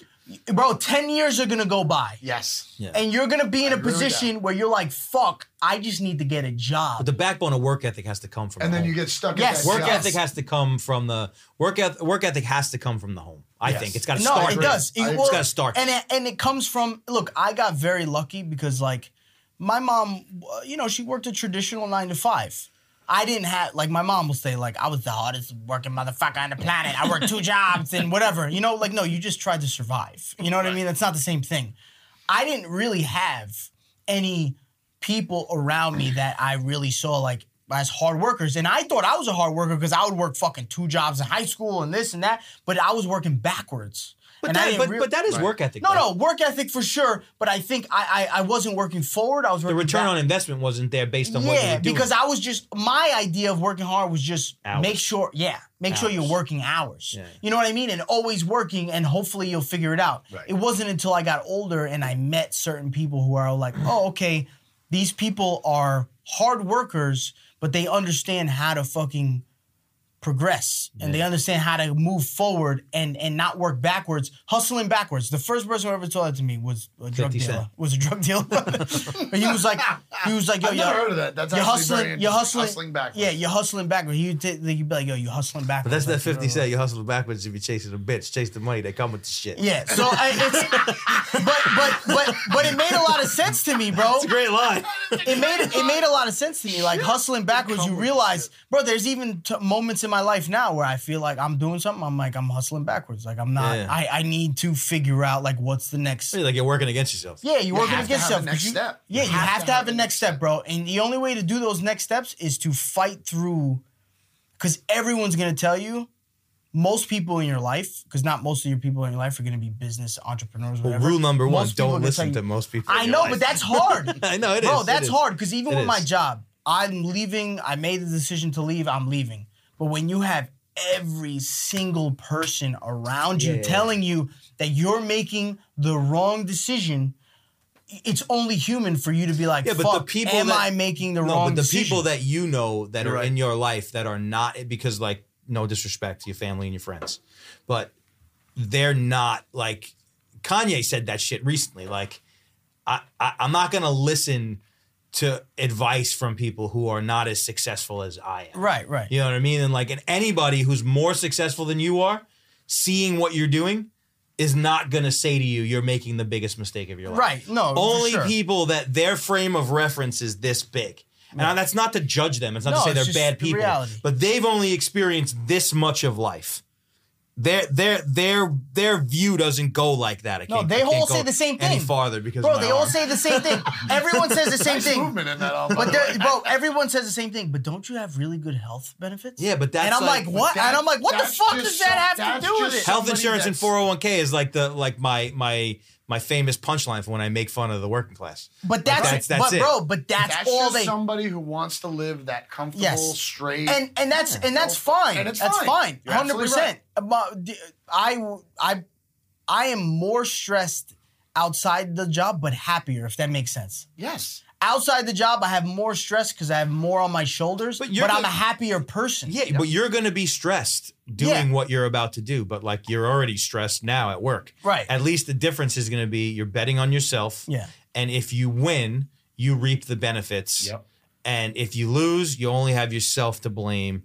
Speaker 1: bro, 10 years are gonna go by.
Speaker 3: Yes.
Speaker 1: And you're gonna be in a
Speaker 3: agree with
Speaker 1: position where you're like, fuck, I just need to get a job.
Speaker 2: the backbone of work ethic has to come from.
Speaker 3: And
Speaker 2: the
Speaker 3: then
Speaker 2: home.
Speaker 3: you get stuck.
Speaker 1: Yes.
Speaker 3: At that
Speaker 2: work
Speaker 3: job.
Speaker 2: ethic has to come from the work ethic. Work ethic has to come from the home. I
Speaker 3: Yes.
Speaker 2: think it's got to
Speaker 1: no,
Speaker 2: start.
Speaker 1: it
Speaker 2: there.
Speaker 1: does. It,
Speaker 3: I-
Speaker 2: it's
Speaker 1: well,
Speaker 2: got to start.
Speaker 1: And it, and it comes from, look, I got very lucky because, like, my mom, uh, you know, she worked a traditional nine to five. I didn't have, like, my mom will say, like, I was the hardest working motherfucker on the planet. I worked two jobs and whatever. You know, like, no, you just tried to survive. You know what I mean? That's not the same thing. I didn't really have any people around me that I really saw like as hard workers. And I thought I was a hard worker because I would work fucking two jobs in high school and this and that, but I was working backwards.
Speaker 2: but,
Speaker 1: and I
Speaker 2: that,
Speaker 1: didn't
Speaker 2: but,
Speaker 1: rea-
Speaker 2: but that is work ethic.
Speaker 1: no,
Speaker 2: though.
Speaker 1: no, work ethic for sure. But I think I I, I wasn't working forward. I was
Speaker 2: The
Speaker 1: working
Speaker 2: return
Speaker 1: back-
Speaker 2: on investment wasn't there based on what you
Speaker 1: yeah,
Speaker 2: were doing.
Speaker 1: because I was just my idea of working hard was just
Speaker 2: Hours.
Speaker 1: make sure, yeah, make sure you're
Speaker 2: Hours.
Speaker 1: working hours.
Speaker 2: Yeah.
Speaker 1: You know what I mean? And always working, and hopefully you'll figure it out.
Speaker 3: Right.
Speaker 1: It wasn't until I got older and I met certain people who are like, oh, okay, these people are hard workers, but they understand how to fucking progress and they understand how to move forward and and not work backwards hustling backwards the first person who ever told that to me was a drug
Speaker 2: 50
Speaker 1: dealer
Speaker 2: Cent.
Speaker 1: was a drug dealer but he was like he was like yo
Speaker 3: I've
Speaker 1: yo
Speaker 3: never heard of that. That's
Speaker 1: you're
Speaker 3: actually
Speaker 1: hustling,
Speaker 3: very
Speaker 1: you're
Speaker 3: interesting.
Speaker 1: hustling,
Speaker 3: Hustling backwards.
Speaker 1: Yeah, you're hustling backwards. You t- you'd be like, yo, you're hustling
Speaker 2: But
Speaker 1: backwards.
Speaker 2: that's that
Speaker 1: Like,
Speaker 2: 50 cent. You hustle backwards if you're chasing a bitch. Chase the money. They come with the shit.
Speaker 1: Yeah, so I, it's but but but but it made a lot of sense to me, bro.
Speaker 2: It's a great line.
Speaker 1: It made it made a lot of sense to me. Like hustling backwards, you realize, bro. There's even t- moments in my life now where I feel like I'm doing something. I'm like I'm hustling backwards. Like I'm not.
Speaker 2: Yeah.
Speaker 1: I I need to figure out like what's the next.
Speaker 2: like you're working against yourself.
Speaker 1: Yeah, you're working
Speaker 3: have to
Speaker 1: against
Speaker 3: have
Speaker 1: yourself. 'cause
Speaker 3: a next
Speaker 1: you-
Speaker 3: step.
Speaker 1: Yeah, you, have, to have a next step, bro. And the only way to do those next steps is to fight through, because everyone's gonna tell you. Most people in your life, because not most of your people in your life are gonna be business entrepreneurs.
Speaker 2: Well,
Speaker 1: whatever.
Speaker 2: rule number one:
Speaker 1: Most people are
Speaker 2: don't
Speaker 1: gonna
Speaker 2: listen
Speaker 1: tell
Speaker 2: to
Speaker 1: you-
Speaker 2: most people. in
Speaker 1: I
Speaker 2: your
Speaker 1: know,
Speaker 2: life.
Speaker 1: but that's hard.
Speaker 2: I know it is.
Speaker 1: bro,
Speaker 2: It
Speaker 1: that's
Speaker 2: is.
Speaker 1: hard because even
Speaker 2: It
Speaker 1: with my
Speaker 2: is.
Speaker 1: job, I'm leaving. I made the decision to leave. I'm leaving. But when you have every single person around you
Speaker 2: Yeah.
Speaker 1: telling you that you're making the wrong decision, it's only human for you to be like,
Speaker 2: Yeah, but the
Speaker 1: "Fuck,
Speaker 2: people
Speaker 1: am
Speaker 2: that-
Speaker 1: I making the
Speaker 2: no,
Speaker 1: wrong
Speaker 2: but the
Speaker 1: decision?"
Speaker 2: people that you know that
Speaker 3: You're
Speaker 2: are
Speaker 3: right.
Speaker 2: in your life that are not because like no disrespect to your family and your friends, but they're not like Kanye said that shit recently. Like I, I I'm not gonna listen to advice from people who are not as successful as I am.
Speaker 1: right, right.
Speaker 2: You know what I mean? And like, and anybody who's more successful than you are, seeing what you're doing, is not gonna say to you, "You're making the biggest mistake of your life."
Speaker 1: Right, no, for
Speaker 2: Only
Speaker 1: sure.
Speaker 2: people that their frame of reference is this big. And that's not to judge them. It's not
Speaker 1: No,
Speaker 2: to say
Speaker 1: it's
Speaker 2: they're
Speaker 1: just
Speaker 2: bad
Speaker 1: the
Speaker 2: people.
Speaker 1: reality.
Speaker 2: But they've only experienced this much of life. Their their their their view doesn't go like that. I
Speaker 1: No,
Speaker 2: can't-
Speaker 1: they
Speaker 2: I can't
Speaker 1: all say
Speaker 2: go
Speaker 1: the same
Speaker 2: Any
Speaker 1: thing.
Speaker 2: farther because
Speaker 1: Bro,
Speaker 2: of my
Speaker 1: they all
Speaker 2: arm.
Speaker 1: say the same thing. Everyone says the same
Speaker 3: Nice
Speaker 1: thing.
Speaker 3: movement in that album.
Speaker 1: But they're- bro, everyone says the same thing. But don't you have really good health benefits?
Speaker 2: Yeah, but that's
Speaker 1: and I'm like,
Speaker 2: like-
Speaker 1: what?
Speaker 3: that-
Speaker 1: and I'm like, what the
Speaker 3: that's
Speaker 1: fuck
Speaker 3: just
Speaker 1: does that
Speaker 3: some-
Speaker 1: have to
Speaker 3: that's
Speaker 1: do with
Speaker 3: just
Speaker 1: it?
Speaker 3: some-
Speaker 2: health
Speaker 3: somebody
Speaker 2: insurance and
Speaker 3: that's-
Speaker 2: 401k is like the like my my my famous punchline for when I make fun of the working class.
Speaker 1: But that's,
Speaker 2: that's- that's
Speaker 1: but
Speaker 2: it.
Speaker 1: bro, but that's,
Speaker 3: that's
Speaker 1: all
Speaker 3: just
Speaker 1: they
Speaker 3: somebody who wants to live that comfortable,
Speaker 1: Yes.
Speaker 3: straight.
Speaker 1: and and that's and that's
Speaker 3: go for it.
Speaker 1: fine.
Speaker 3: And it's
Speaker 1: that's
Speaker 3: fine.
Speaker 1: fine.
Speaker 3: You're
Speaker 1: Hundred
Speaker 3: absolutely
Speaker 1: percent. I I I am more stressed outside the job, but happier if that makes sense.
Speaker 3: yes,
Speaker 1: Outside the job, I have more stress because I have more on my shoulders. But,
Speaker 2: But you're
Speaker 1: I'm a
Speaker 2: the-
Speaker 1: happier person.
Speaker 2: Yeah, but you're going to be stressed doing
Speaker 1: Yeah.
Speaker 2: what you're about to do, but like you're already stressed now at work.
Speaker 1: Right.
Speaker 2: At least the difference is going to be you're betting on yourself.
Speaker 1: Yeah.
Speaker 2: And if you win, you reap the benefits.
Speaker 3: Yep.
Speaker 2: And if you lose, you only have yourself to blame.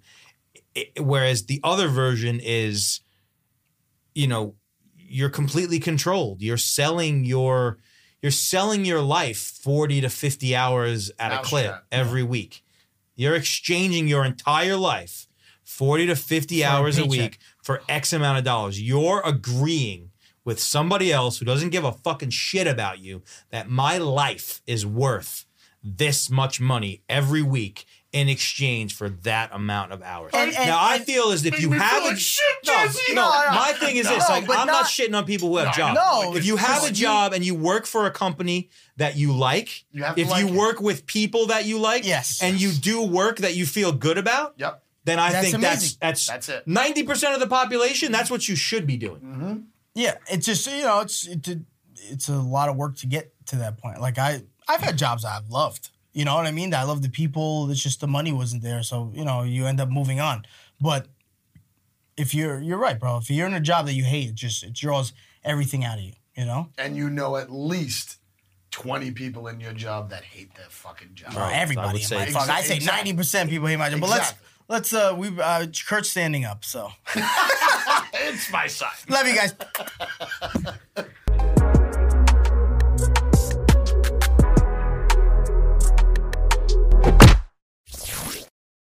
Speaker 2: I- whereas the other version is, you know, you're completely controlled. You're selling your you're selling your life 40 to 50 hours at a
Speaker 3: Mouse
Speaker 2: clip
Speaker 3: trap.
Speaker 2: every week. You're exchanging your entire life 40 to 50 hours a,
Speaker 1: paycheck.
Speaker 2: week for X amount of dollars. You're agreeing with somebody else who doesn't give a fucking shit about you that my life is worth this much money every week in exchange for that amount of hours.
Speaker 1: And- and-
Speaker 2: now I
Speaker 1: and-
Speaker 2: feel as if
Speaker 3: Make
Speaker 2: you
Speaker 3: me feel
Speaker 2: haven't
Speaker 3: like shit, Jesse.
Speaker 2: no,
Speaker 3: No, no.
Speaker 2: my thing is this:
Speaker 1: No,
Speaker 2: like, I'm
Speaker 1: but
Speaker 2: not,
Speaker 1: not-
Speaker 2: shitting on people who have
Speaker 3: No,
Speaker 2: jobs.
Speaker 1: no,
Speaker 2: if you
Speaker 1: it's
Speaker 2: have
Speaker 1: just
Speaker 2: a
Speaker 1: you-
Speaker 2: job and you work for a company that you like,
Speaker 3: You have to
Speaker 2: if
Speaker 3: like
Speaker 2: you
Speaker 3: it.
Speaker 2: work with people that you like,
Speaker 1: Yes.
Speaker 2: and you do work that you feel good about,
Speaker 3: Yep.
Speaker 2: then I
Speaker 1: That's
Speaker 2: think
Speaker 1: amazing.
Speaker 2: that's that's
Speaker 3: That's it.
Speaker 2: Ninety percent of the population, that's what you should be doing.
Speaker 1: Yeah, it's just you know, it's it, did- it's a lot of work to get to that point. Like I, I've had jobs I've loved. You know what I mean? I love the people. It's just the money wasn't there, so you know you end up moving on. But if you're you're right, bro. If you're in a job that you hate, it just it draws everything out of you. You know,
Speaker 3: And you know at least 20 people in your job that hate their fucking job.
Speaker 1: Bro, everybody.
Speaker 2: I
Speaker 1: I
Speaker 2: would say-
Speaker 1: my fuck. I say
Speaker 3: Exactly.
Speaker 1: ninety percent people hate my job. But let's
Speaker 3: Exactly.
Speaker 1: let's uh we uh Kurt's standing up. So
Speaker 3: It's my side.
Speaker 1: love you guys.